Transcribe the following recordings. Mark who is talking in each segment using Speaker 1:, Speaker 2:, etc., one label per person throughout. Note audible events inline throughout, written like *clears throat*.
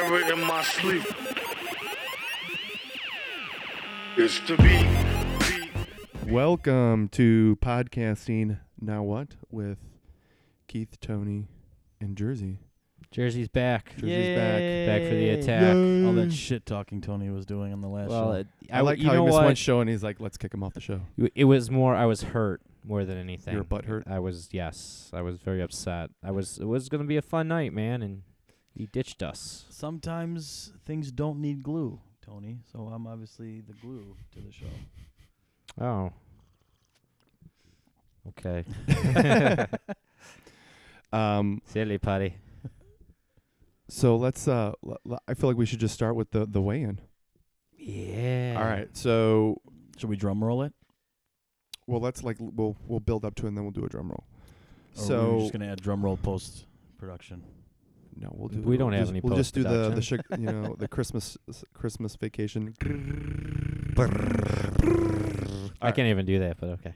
Speaker 1: my sleep is to be. be
Speaker 2: Welcome to podcasting. Now what with Keith, Tony, and Jersey.
Speaker 3: Jersey's back.
Speaker 2: Jersey's back.
Speaker 3: Back for the attack.
Speaker 2: Yay.
Speaker 4: All that shit talking Tony was doing on the last
Speaker 3: Well,
Speaker 4: show.
Speaker 3: it,
Speaker 2: I,
Speaker 3: I,
Speaker 2: like
Speaker 3: you
Speaker 2: how he
Speaker 3: know
Speaker 2: missed
Speaker 3: what?
Speaker 2: one show and he's like, "Let's kick him off the show."
Speaker 3: it was more. I was hurt more than anything.
Speaker 2: You were butthurt.
Speaker 3: I was yes. I was very upset. I was. It was gonna be a fun night, man, and he ditched us.
Speaker 4: Sometimes things don't need glue, Tony. So I'm obviously the glue to the show.
Speaker 3: Oh. Okay. *laughs*
Speaker 2: Um,
Speaker 3: Silly putty.
Speaker 2: so let's. Uh, l- l- I feel like we should just start with the the weigh-in.
Speaker 3: Yeah.
Speaker 2: All right. So,
Speaker 4: Should we drum roll it?
Speaker 2: well, let's like l- we'll we'll build up to it and then we'll do a drum roll.
Speaker 4: Or
Speaker 2: so
Speaker 4: we're just gonna add drum roll post production.
Speaker 2: no, we'll do.
Speaker 3: We don't
Speaker 2: we'll
Speaker 3: have
Speaker 2: just,
Speaker 3: any
Speaker 2: We'll just do the the
Speaker 3: post-production.
Speaker 2: shig- you know
Speaker 3: *laughs*
Speaker 2: the Christmas s- Christmas vacation.
Speaker 3: I can't even do that, but okay.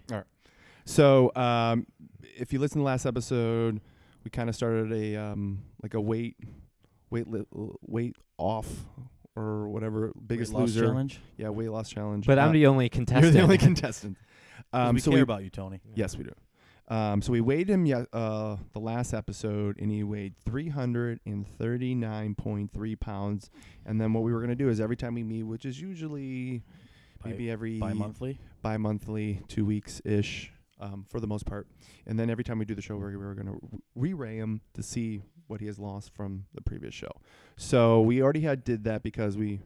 Speaker 2: So, um, if you listen to last episode, we kind of started a um, like a weight weight li- weight off or whatever biggest
Speaker 4: Weight loss
Speaker 2: loser.
Speaker 4: challenge. 'Cause
Speaker 2: Yeah, weight loss challenge.
Speaker 3: But
Speaker 2: Uh,
Speaker 3: I'm the only contestant.
Speaker 2: *laughs* you're the
Speaker 3: *laughs*
Speaker 2: only
Speaker 4: *laughs*
Speaker 2: contestant. Um,
Speaker 4: we
Speaker 2: so
Speaker 4: care
Speaker 2: we
Speaker 4: about you, Tony.
Speaker 2: yes we do. Um, so we weighed him ye- uh, the last episode, and he weighed 339.3 pounds. And then what we were going to do is every time we meet, which is usually
Speaker 4: Bi-
Speaker 2: maybe every
Speaker 4: Bi-monthly.
Speaker 2: bi-monthly, two weeks ish, um, for the most part. And then every time we do the show, we're, we're going to re-ray him to see what he has lost from the previous show. So we already had did that because we,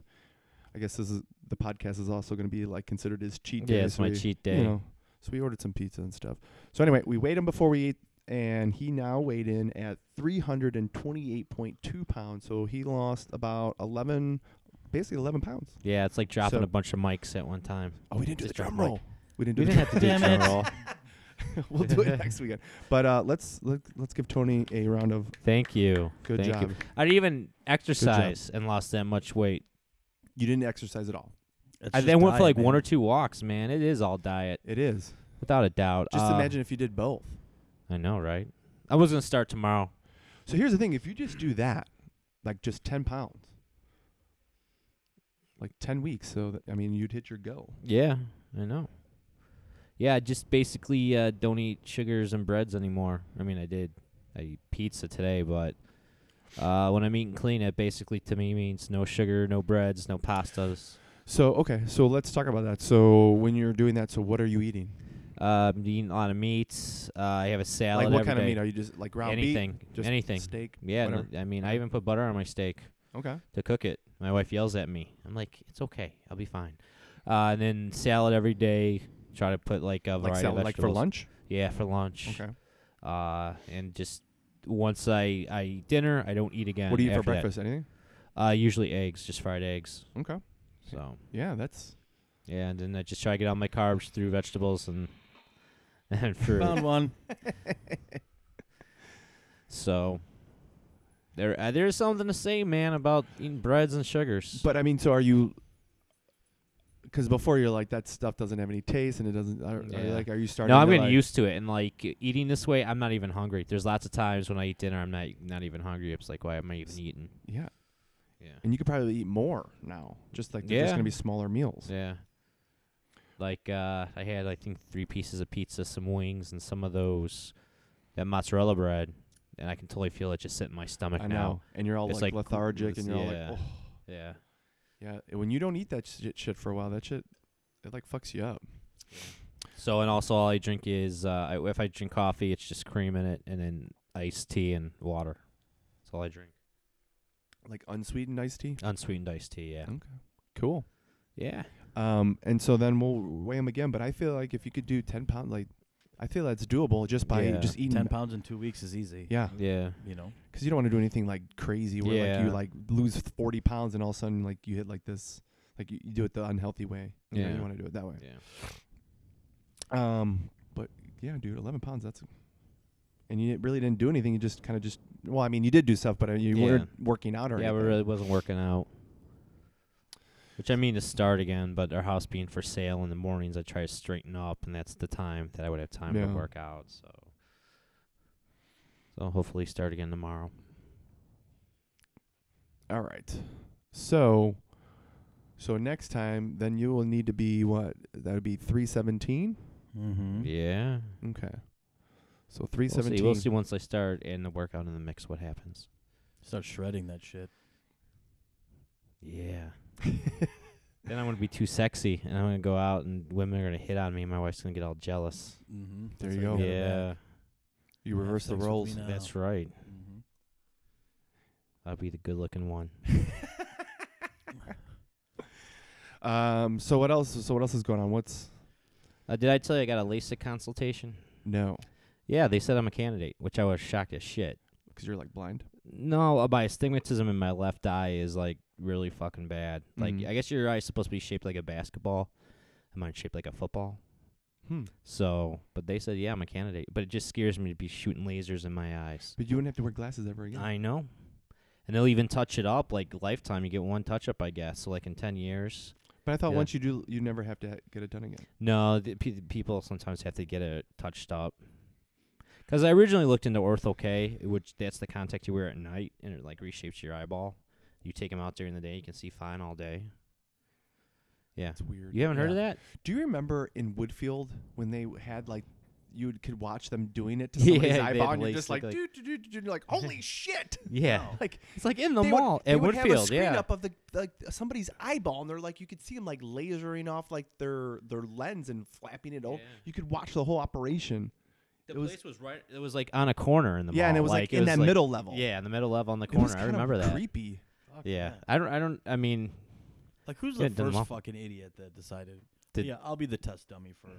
Speaker 2: I guess this is the podcast is also going to be like considered his cheat day.
Speaker 3: Yeah, it's
Speaker 2: so
Speaker 3: my
Speaker 2: we-
Speaker 3: cheat day.
Speaker 2: You know, so we ordered some pizza and stuff. So anyway, we weighed him before we ate, and he now weighed in at 328.2 pounds. So he lost about 11, basically 11 pounds.
Speaker 3: Yeah, it's like dropping
Speaker 2: So-
Speaker 3: a bunch of mics at one time.
Speaker 2: Oh, we didn't do
Speaker 3: Just
Speaker 2: the
Speaker 3: drop
Speaker 2: drum
Speaker 3: mic.
Speaker 2: roll. We didn't do
Speaker 3: We
Speaker 2: the
Speaker 3: didn't have to do
Speaker 4: Damn
Speaker 3: drum
Speaker 4: it.
Speaker 3: roll.
Speaker 2: *laughs* we'll do
Speaker 3: *laughs*
Speaker 2: it next weekend. But uh, let's let, let's give Tony a round of
Speaker 3: Thank you.
Speaker 2: good
Speaker 3: Thank
Speaker 2: job.
Speaker 3: You.
Speaker 2: You.
Speaker 3: I'd even exercise and lost that much weight.
Speaker 2: didn't exercise at all.
Speaker 4: It's
Speaker 3: I
Speaker 4: just
Speaker 3: then went
Speaker 4: diet,
Speaker 3: for like one
Speaker 4: man.
Speaker 3: or two walks, man. It is all diet,
Speaker 2: It is.
Speaker 3: without a doubt.
Speaker 2: Just
Speaker 3: Uh,
Speaker 2: imagine if you did both.
Speaker 3: I know, right? I was gonna start tomorrow.
Speaker 2: So here's the thing: if you just do that, like just ten pounds, like ten weeks. So that, I mean, you'd hit your goal.
Speaker 3: Yeah, I know. Yeah, I just basically uh, don't eat sugars and breads anymore. I mean, I did. I eat pizza today, but uh, when I'm eating clean, it basically to me means no sugar, no breads, no pastas.
Speaker 2: So okay, so let's talk about that. So when you're doing that, so what are you eating?
Speaker 3: Uh, I'm eating a lot of meats. Uh, I have a salad.
Speaker 2: like what
Speaker 3: every
Speaker 2: kind of
Speaker 3: day.
Speaker 2: meat are you just like ground beef?
Speaker 3: Anything.
Speaker 2: Just
Speaker 3: anything.
Speaker 2: Steak.
Speaker 3: Yeah, no,
Speaker 2: whatever.
Speaker 3: I mean, I even put butter on my steak
Speaker 2: Okay.
Speaker 3: to cook it. My wife yells at me. I'm like, it's okay, I'll be fine. Uh, and then salad every day. Try to put like a
Speaker 2: Like
Speaker 3: variety
Speaker 2: salad,
Speaker 3: of
Speaker 2: like
Speaker 3: vegetables.
Speaker 2: for lunch.
Speaker 3: Yeah, for lunch.
Speaker 2: Okay.
Speaker 3: Uh, and just once I I eat dinner, I don't eat again.
Speaker 2: what do you eat for
Speaker 3: after that.
Speaker 2: breakfast? Anything?
Speaker 3: Uh, usually eggs, just fried eggs.
Speaker 2: Okay.
Speaker 3: So
Speaker 2: Yeah, that's
Speaker 3: yeah, and then I just try to get all my carbs through vegetables and *laughs* and fruit.
Speaker 2: Um,
Speaker 4: Found one.
Speaker 3: So there uh, there's something to say, man, about eating breads and sugars.
Speaker 2: But I mean, so are you? Because before you're like that stuff doesn't have any taste and it doesn't. Are, are you,
Speaker 3: Yeah.
Speaker 2: like, are you starting?
Speaker 3: no, I'm
Speaker 2: to,
Speaker 3: getting
Speaker 2: like,
Speaker 3: used to it, and like e- eating this way, I'm not even hungry. There's lots of times when I eat dinner, I'm not not even hungry. It's like, why am I even
Speaker 2: S-
Speaker 3: eating?
Speaker 2: Yeah,
Speaker 3: Yeah,
Speaker 2: and you could probably eat more now. Just like they're just
Speaker 3: Yeah.
Speaker 2: gonna be smaller meals.
Speaker 3: yeah. Like uh, I had, I think, three pieces of pizza, some wings, and some of those that mozzarella bread, and I can totally feel it just sit in my stomach
Speaker 2: I know.
Speaker 3: now.
Speaker 2: And you're all
Speaker 3: It's
Speaker 2: like,
Speaker 3: like,
Speaker 2: lethargic,
Speaker 3: it's-
Speaker 2: and you're all
Speaker 3: yeah.
Speaker 2: like, oh,
Speaker 3: Yeah.
Speaker 2: yeah. And When you don't eat that shit, shit for a while, that shit it like fucks you up.
Speaker 3: So and also all I drink is uh, I, if I drink coffee, it's just cream in it, and then iced tea and water. That's all I drink.
Speaker 2: Like unsweetened iced tea.
Speaker 3: Unsweetened iced tea, yeah.
Speaker 2: Okay. Cool.
Speaker 3: Yeah.
Speaker 2: Um, and so then we'll weigh them again. But I feel like if you could do ten pound, like I feel that's doable just by
Speaker 3: Yeah.
Speaker 2: just eating.
Speaker 4: Ten pounds in two weeks is easy.
Speaker 2: Yeah.
Speaker 3: Yeah.
Speaker 4: You know.
Speaker 2: because you don't want to do anything like crazy where like you
Speaker 3: Yeah.
Speaker 2: like lose 40 pounds and all of a sudden like you hit like this like you, you do it the unhealthy way you know, you
Speaker 3: Yeah.
Speaker 2: want to do it that way
Speaker 3: Yeah.
Speaker 2: um but yeah dude 11 pounds that's and you really didn't do anything you just kind of just well i mean you did do stuff but uh, you
Speaker 3: Yeah.
Speaker 2: weren't working out or
Speaker 3: Yeah, but
Speaker 2: anything.
Speaker 3: it really wasn't working out. Which I mean to start again, but our house being for sale in the mornings, I try to straighten up, and that's the time that I would have time
Speaker 2: Yeah.
Speaker 3: to work out. So, so hopefully start again tomorrow.
Speaker 2: all right So, so next time, then you will need to be what? That would be three seventeen.
Speaker 4: Mm-hmm.
Speaker 3: Yeah.
Speaker 2: Okay. So three
Speaker 3: We'll see. We'll
Speaker 2: seventeen.
Speaker 3: see once I start and the workout in the mix what happens.
Speaker 4: Start shredding that shit.
Speaker 3: Yeah. *laughs* then I'm gonna be too sexy, and I'm gonna go out, and women are gonna hit on me. and My wife's gonna get all jealous.
Speaker 4: Mm-hmm.
Speaker 2: There you go. Oh.
Speaker 3: yeah,
Speaker 2: you
Speaker 4: Have
Speaker 2: reverse the
Speaker 4: sex with me
Speaker 2: roles.
Speaker 4: now.
Speaker 3: that's right.
Speaker 4: Mm-hmm.
Speaker 3: I'll be the good-looking one.
Speaker 4: Mm-hmm.
Speaker 2: *laughs* Um. So what else? So what else is going on? What's
Speaker 3: Uh, did I tell you I got a LASIK consultation?
Speaker 2: no?
Speaker 3: Yeah, they said I'm a candidate, which I was shocked as shit.
Speaker 2: Because you're like blind.
Speaker 3: No, uh, my astigmatism in my left eye is like really fucking bad. Like,
Speaker 2: Mhm.
Speaker 3: I guess your eye's supposed to be shaped like a basketball. Mine's shaped like a football.
Speaker 2: Hmm.
Speaker 3: So, but they said, yeah, I'm a candidate. But it just scares me to be shooting lasers in my eyes.
Speaker 2: But you wouldn't have to wear glasses ever again.
Speaker 3: I know. And they'll even touch it up like lifetime. You get one touch up, I guess. So like in ten years.
Speaker 2: but I thought
Speaker 3: yeah.
Speaker 2: once you do, you never have to ha- get it done again.
Speaker 3: No, the pe- people sometimes have to get it touched up. Because I originally looked into Ortho K, which that's the contact you wear at night, and it like reshapes your eyeball. You take them out during the day, you can see fine all day. Yeah,
Speaker 2: That's weird.
Speaker 3: you haven't heard of that?
Speaker 2: Do you remember in Woodfield when they had like you could watch them doing
Speaker 3: *laughs*
Speaker 2: it to somebody's
Speaker 3: Yeah, they
Speaker 2: eyeball
Speaker 3: had
Speaker 2: and you're
Speaker 3: LASIK,
Speaker 2: just like,
Speaker 3: like-
Speaker 2: dude, dude, dude, dude, and you're like,
Speaker 3: *laughs*
Speaker 2: holy shit!
Speaker 3: Yeah,
Speaker 2: *laughs* Like
Speaker 3: it's like in the
Speaker 2: they would-
Speaker 3: mall
Speaker 2: they
Speaker 3: at
Speaker 2: would have a
Speaker 3: Woodfield.
Speaker 2: screen
Speaker 3: Yeah,
Speaker 2: up of the like somebody's eyeball, and they're like, you could see them like lasering off like their their lens and flapping it open.
Speaker 3: Yeah.
Speaker 2: You could watch the whole operation.
Speaker 3: the
Speaker 2: it was-
Speaker 3: was right. It was like on a corner in the
Speaker 2: yeah,
Speaker 3: mall.
Speaker 2: and it was like, in that middle level.
Speaker 3: Yeah, in the middle level on the
Speaker 2: It was
Speaker 3: corner. I
Speaker 2: kind of
Speaker 3: remember that.
Speaker 2: Creepy.
Speaker 3: Yeah, I don't. I don't. I mean,
Speaker 4: Like who's
Speaker 3: Yeah,
Speaker 4: the
Speaker 3: it doesn't
Speaker 4: first
Speaker 3: matter.
Speaker 4: fucking idiot that decided?
Speaker 3: Did-
Speaker 4: yeah, I'll be the test dummy for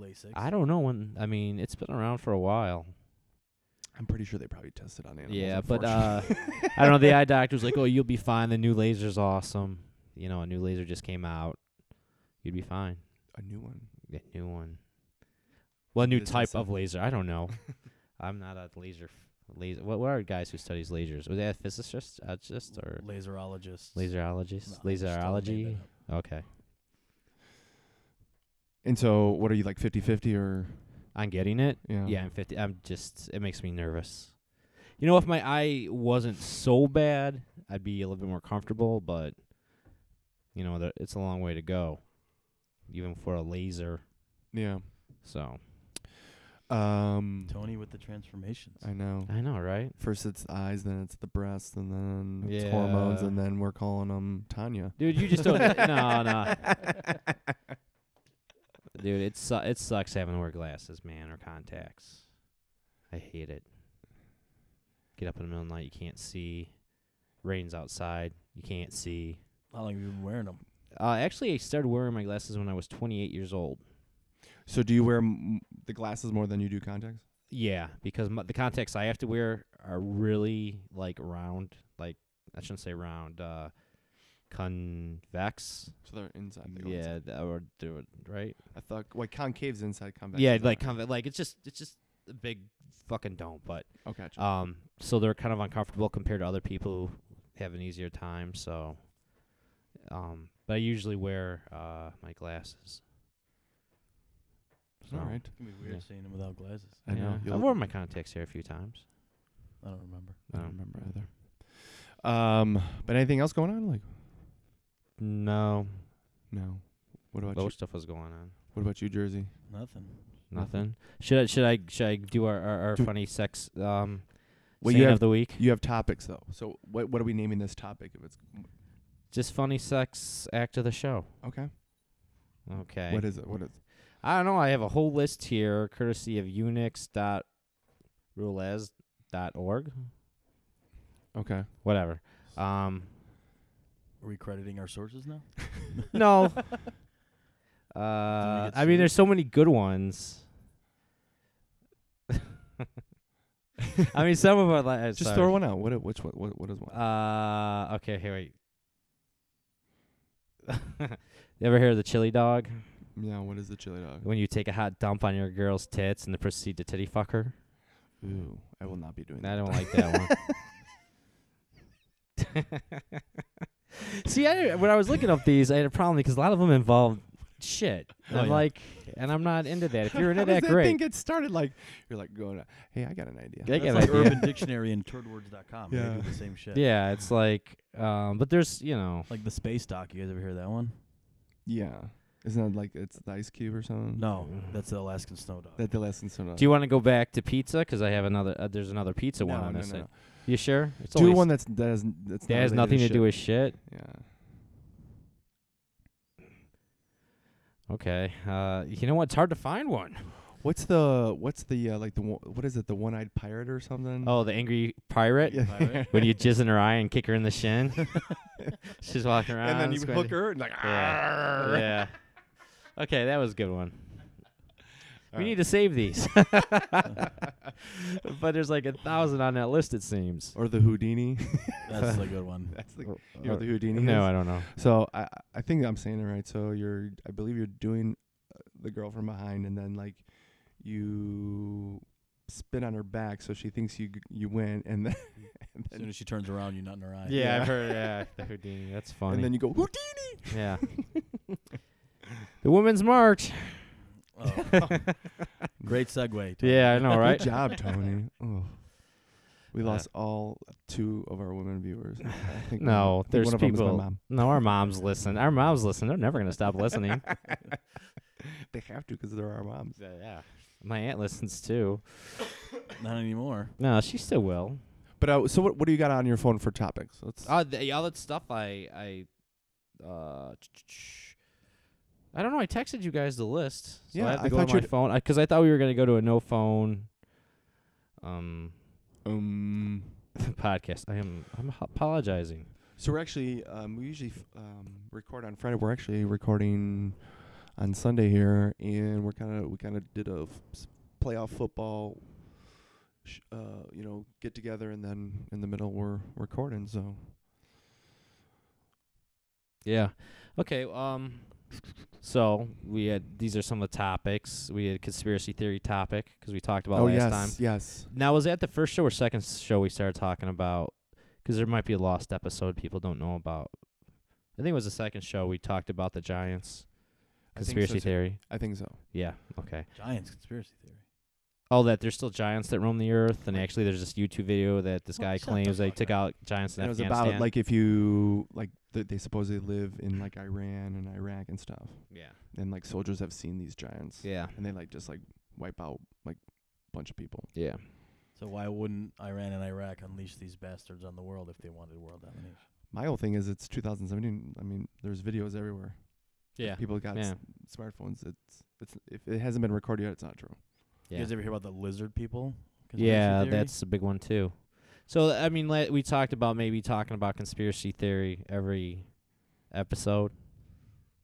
Speaker 4: LASIK.
Speaker 3: I don't know when. I mean, it's been around for a while.
Speaker 2: I'm pretty sure they probably tested on animals.
Speaker 3: Yeah, but
Speaker 2: unfortunately.
Speaker 3: uh,
Speaker 2: *laughs*
Speaker 3: I don't know. The eye doctor was like, "Oh, you'll be fine. The new laser's awesome. You know, a new laser just came out. You'd be fine.
Speaker 2: a new one.
Speaker 3: Get a new one. Well, a new
Speaker 2: This is
Speaker 3: type of
Speaker 2: something.
Speaker 3: laser. I
Speaker 2: *laughs*
Speaker 3: don't know. I'm not a laser. F- laser. What, what are guys who studies lasers? Were they a physicist, uh, just or
Speaker 4: Laserologists. No,
Speaker 3: laserologist,
Speaker 4: I just totally
Speaker 3: laserology?
Speaker 4: made that up.
Speaker 3: Okay,
Speaker 2: And so, what are you like 50-50 or?
Speaker 3: I'm getting it.
Speaker 2: Yeah.
Speaker 3: Yeah, I'm 50. I'm just. It makes me nervous. You know, if my eye wasn't so bad, I'd be a little bit more comfortable. But you know, the, it's a long way to go, even for a laser.
Speaker 2: Yeah.
Speaker 3: So
Speaker 2: Um,
Speaker 4: Tony with the transformations.
Speaker 2: I know.
Speaker 3: I know, right?
Speaker 2: First it's the eyes, then it's the breast, and then it's
Speaker 3: Yeah.
Speaker 2: hormones, and then we're calling them Tanya.
Speaker 3: Dude, you just *laughs* don't. no, no. Dude, it su- it sucks having to wear glasses, man, or contacts. I hate it. Get up in the middle of the night, you can't see. Rain's outside, you can't see.
Speaker 4: How long have you been wearing them?
Speaker 3: Uh, actually, I started wearing my glasses when I was 28 years old.
Speaker 2: So do you wear m- the glasses more than you do contacts?
Speaker 3: Yeah, because my, the contacts I have to wear are really like round, like I shouldn't say round, uh, convex.
Speaker 2: So they're inside. They go inside.
Speaker 3: Yeah, that would do it right.
Speaker 2: I thought like concave's inside, convex.
Speaker 3: yeah,
Speaker 2: is
Speaker 3: like
Speaker 2: out.
Speaker 3: conve- like it's just it's just a big fucking dome. But
Speaker 2: oh, gotcha.
Speaker 3: um, so they're kind of uncomfortable compared to other people who have an easier time. So, um, but I usually wear uh my glasses.
Speaker 2: All right.
Speaker 4: It's gonna be weird
Speaker 3: Yeah.
Speaker 4: seeing them without glasses.
Speaker 2: I know.
Speaker 3: Oh. Yeah.
Speaker 2: You'll-
Speaker 3: I've worn my contacts here a few times.
Speaker 4: I don't remember.
Speaker 2: I don't
Speaker 3: um,
Speaker 2: remember either. Um, but anything else going on? Like
Speaker 3: No,
Speaker 2: no. What about
Speaker 3: Low
Speaker 2: you? Mm-hmm.
Speaker 3: stuff was going on.
Speaker 2: What about you, Jersey?
Speaker 4: Nothing.
Speaker 3: Nothing. Should I should I should I do our our, our
Speaker 2: Do-
Speaker 3: funny sex um
Speaker 2: Well, you
Speaker 3: saying
Speaker 2: have-
Speaker 3: of the week?
Speaker 2: You have topics though. So what what are we naming this topic? If it's
Speaker 3: Just funny sex act of the show.
Speaker 2: okay.
Speaker 3: Okay.
Speaker 2: What is it? What is it?
Speaker 3: I don't know. I have a whole list here, courtesy of unix.rulez.org.
Speaker 2: Okay.
Speaker 3: Whatever.
Speaker 2: *laughs*
Speaker 3: Um,
Speaker 4: Are we crediting our sources now?
Speaker 3: no. Uh,
Speaker 4: get
Speaker 3: I mean,
Speaker 4: sued?
Speaker 3: there's so many
Speaker 2: *laughs*
Speaker 3: good ones. I mean, some of uh, them. Like,
Speaker 2: Just throw one out. What it- which one what what is one? Ah,
Speaker 3: Uh, okay, here, wait. *laughs* you ever hear of the chili dog?
Speaker 2: yeah, what is the chili dog?
Speaker 3: When you take a hot dump on your girl's tits and then proceed to titty fuck her?
Speaker 2: Ooh, I will not be doing
Speaker 3: I
Speaker 2: that.
Speaker 3: don't like that *laughs* one. See, I, when I was looking up these, I had a problem because a lot of them involved shit.
Speaker 2: Oh,
Speaker 3: I'm
Speaker 2: yeah.
Speaker 3: like, and I'm not into that.
Speaker 2: *laughs*
Speaker 3: If you're *laughs* into
Speaker 2: How
Speaker 3: that,
Speaker 2: does thing
Speaker 3: great.
Speaker 2: get started? Like you're like going, hey, I got an idea.
Speaker 3: I get
Speaker 4: That's like
Speaker 3: it. *laughs*
Speaker 4: Urban Dictionary and turdwords.com.
Speaker 2: Yeah.
Speaker 4: They do the same shit.
Speaker 3: Yeah, it's like, um, but there's, you know,
Speaker 4: Like the space dock. You guys ever hear that one?
Speaker 2: *laughs* Yeah, isn't that like it's the Ice Cube or something?
Speaker 4: No, that's the Alaskan snow dog.
Speaker 2: that the lesson so
Speaker 3: do you want to go back to pizza? Because I have another. Uh, there's another pizza
Speaker 2: no,
Speaker 3: one on
Speaker 2: no,
Speaker 3: this.
Speaker 2: no,
Speaker 3: thing.
Speaker 2: no.
Speaker 3: You sure? It's
Speaker 2: Do
Speaker 3: always-
Speaker 2: one that's that has that's
Speaker 3: that
Speaker 2: not
Speaker 3: has
Speaker 2: related
Speaker 3: nothing to do
Speaker 2: shit.
Speaker 3: with shit.
Speaker 2: Yeah.
Speaker 3: Okay. Uh, you know what? It's hard to find one.
Speaker 2: What's the what's the uh, like the one, what is it the one eyed pirate or something?
Speaker 3: Oh, the angry pirate.
Speaker 2: Mm. *laughs* Yeah.
Speaker 4: Pirate?
Speaker 3: When you jizz in her eye and kick her in the shin. She's walking
Speaker 2: *laughs*
Speaker 3: around.
Speaker 2: and then you
Speaker 3: squinting.
Speaker 2: hook her and like
Speaker 3: Yeah.
Speaker 2: "Arr."
Speaker 3: yeah. Okay, that was a good one. we
Speaker 2: right.
Speaker 3: need to save these.
Speaker 2: *laughs*
Speaker 3: but there's like a thousand on that list, it seems.
Speaker 2: or the Houdini. *laughs*
Speaker 4: That's
Speaker 3: *laughs*
Speaker 4: the good one.
Speaker 2: that's the
Speaker 3: Or-
Speaker 2: you know what the
Speaker 3: or-
Speaker 2: Houdini.
Speaker 3: No,
Speaker 2: is?
Speaker 3: I don't know.
Speaker 2: So I I- I think I'm saying it right. So you're I believe you're doing uh, the girl from behind and then like you spin on her back so she thinks you g- you win and then *laughs* and
Speaker 3: *laughs*
Speaker 4: As soon
Speaker 2: then,
Speaker 4: as she turns around, you nut in her eye.
Speaker 2: Uh,
Speaker 3: Yeah,
Speaker 2: Yeah.
Speaker 3: I've heard. Yeah, *laughs* the Houdini. That's funny.
Speaker 2: and then you go Houdini.
Speaker 3: yeah.
Speaker 2: *laughs*
Speaker 3: the Women's March.
Speaker 4: Oh. Great segue. Tony.
Speaker 3: *laughs* Yeah, I know, right?
Speaker 2: Good job,
Speaker 3: *laughs*
Speaker 2: Tony. oh. We
Speaker 3: Uh,
Speaker 2: lost all two of our women viewers. I think one- I
Speaker 3: No,
Speaker 2: think
Speaker 3: there's
Speaker 2: one of 'em is my
Speaker 3: people.
Speaker 2: mom.
Speaker 3: No, our moms listen. Our moms listen. They're never gonna stop *laughs* listening.
Speaker 2: They have to because they're our moms.
Speaker 3: yeah. My aunt listens too.
Speaker 4: Not anymore.
Speaker 3: No, she still will.
Speaker 2: But uh, so what? What do you got on your phone for topics? Let's.
Speaker 3: Uh, the, all that stuff I I uh I don't know. I texted you guys the list. So
Speaker 2: Yeah,
Speaker 3: I have to
Speaker 2: I
Speaker 3: go on
Speaker 2: thought
Speaker 3: my
Speaker 2: you'd-
Speaker 3: phone because I, thought we were gonna go to a no phone um *laughs*
Speaker 2: um.
Speaker 3: podcast. I am I'm ho- apologizing.
Speaker 2: So we're actually um, we usually f- um, record on Friday. We're actually recording on Sunday here, and we're kind of we kind of did a f- s- playoff football, sh- uh, you know, get together, and then in the middle we're recording. So
Speaker 3: Yeah. Okay. Um. So we had these are some of the topics. We had conspiracy theory topic because we talked about last
Speaker 2: Oh, yes,
Speaker 3: time.
Speaker 2: yes,
Speaker 3: Now was that the first show or second s- show we started talking about? Because there might be a lost episode people don't know about. I think it was the second show we talked about the Giants
Speaker 2: I think so
Speaker 3: conspiracy
Speaker 2: too.
Speaker 3: theory.
Speaker 2: I think so.
Speaker 3: Yeah. Okay.
Speaker 4: Giants conspiracy theory.
Speaker 3: Oh, that there's still giants that roam the earth, and actually there's this YouTube video that this
Speaker 4: Well,
Speaker 3: guy
Speaker 4: Oh, shut the
Speaker 3: claims they
Speaker 4: fuck
Speaker 3: took out giants in
Speaker 2: And it was
Speaker 3: Afghanistan.
Speaker 2: about like if you like th- they supposedly live in like Iran and Iraq and stuff,
Speaker 3: yeah,
Speaker 2: and like soldiers have seen these giants,
Speaker 3: yeah,
Speaker 2: and they like just like wipe out like bunch of people.
Speaker 3: yeah.
Speaker 4: So why wouldn't Iran and Iraq unleash these bastards on the world if they wanted world domination?
Speaker 2: My whole thing is it's 2017. I mean, there's videos everywhere.
Speaker 3: Yeah.
Speaker 2: People got s- smartphones. It's it's if it hasn't been recorded yet, it's not true.
Speaker 3: Yeah.
Speaker 4: You guys ever hear about the lizard people? conspiracy
Speaker 3: Yeah,
Speaker 4: theory? *gasps*
Speaker 3: that's a big one too. So I mean, like, we talked about maybe talking about conspiracy theory every episode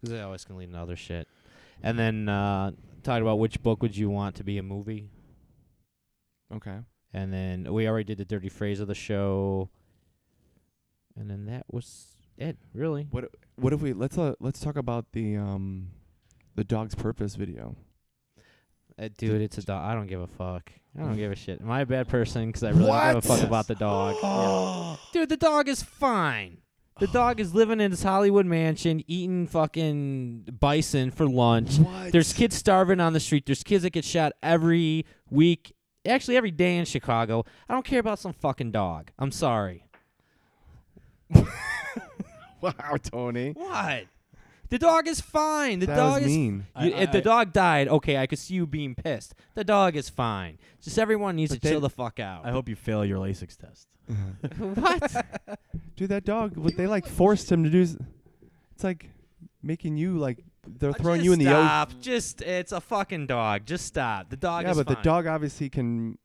Speaker 3: because they always can lead to other shit. And then uh, talked about which book would you want to be a movie.
Speaker 2: Okay.
Speaker 3: And then we already did the dirty phrase of the show. And then that was it, really.
Speaker 2: What what if we let's uh, let's talk about the um the dog's purpose video.
Speaker 3: Uh, dude, it's a dog. I don't give a fuck. I
Speaker 4: *laughs*
Speaker 3: don't give a shit. Am I a bad person? Because I really don't give a
Speaker 2: What?
Speaker 3: fuck about the dog. Dude, the dog is fine.
Speaker 2: *sighs*
Speaker 3: The dog is living in his Hollywood mansion, eating fucking bison for lunch.
Speaker 2: What?
Speaker 3: There's kids starving on the street. There's kids that get shot every week, actually every day in Chicago. I don't care about some fucking dog. I'm sorry.
Speaker 2: *laughs* wow, Tony.
Speaker 3: What? The dog is fine. The
Speaker 2: that
Speaker 3: dog
Speaker 2: was
Speaker 3: is.
Speaker 2: mean.
Speaker 4: I-
Speaker 3: You-
Speaker 4: I-
Speaker 3: if the
Speaker 4: I-
Speaker 3: dog died, okay, I could see you being pissed. The dog is fine. Just everyone needs
Speaker 2: But
Speaker 3: to chill
Speaker 2: they-
Speaker 3: the fuck out.
Speaker 2: *laughs*
Speaker 4: I hope you fail your LASIX test.
Speaker 3: *laughs* what?
Speaker 2: Dude, that dog. What they like forced him to do. Is, it's like making you like they're throwing
Speaker 3: Just
Speaker 2: you in the oath.
Speaker 3: stop. Just it's a fucking dog. Just stop. The dog
Speaker 2: yeah,
Speaker 3: is
Speaker 2: but the
Speaker 3: fine.
Speaker 2: dog obviously can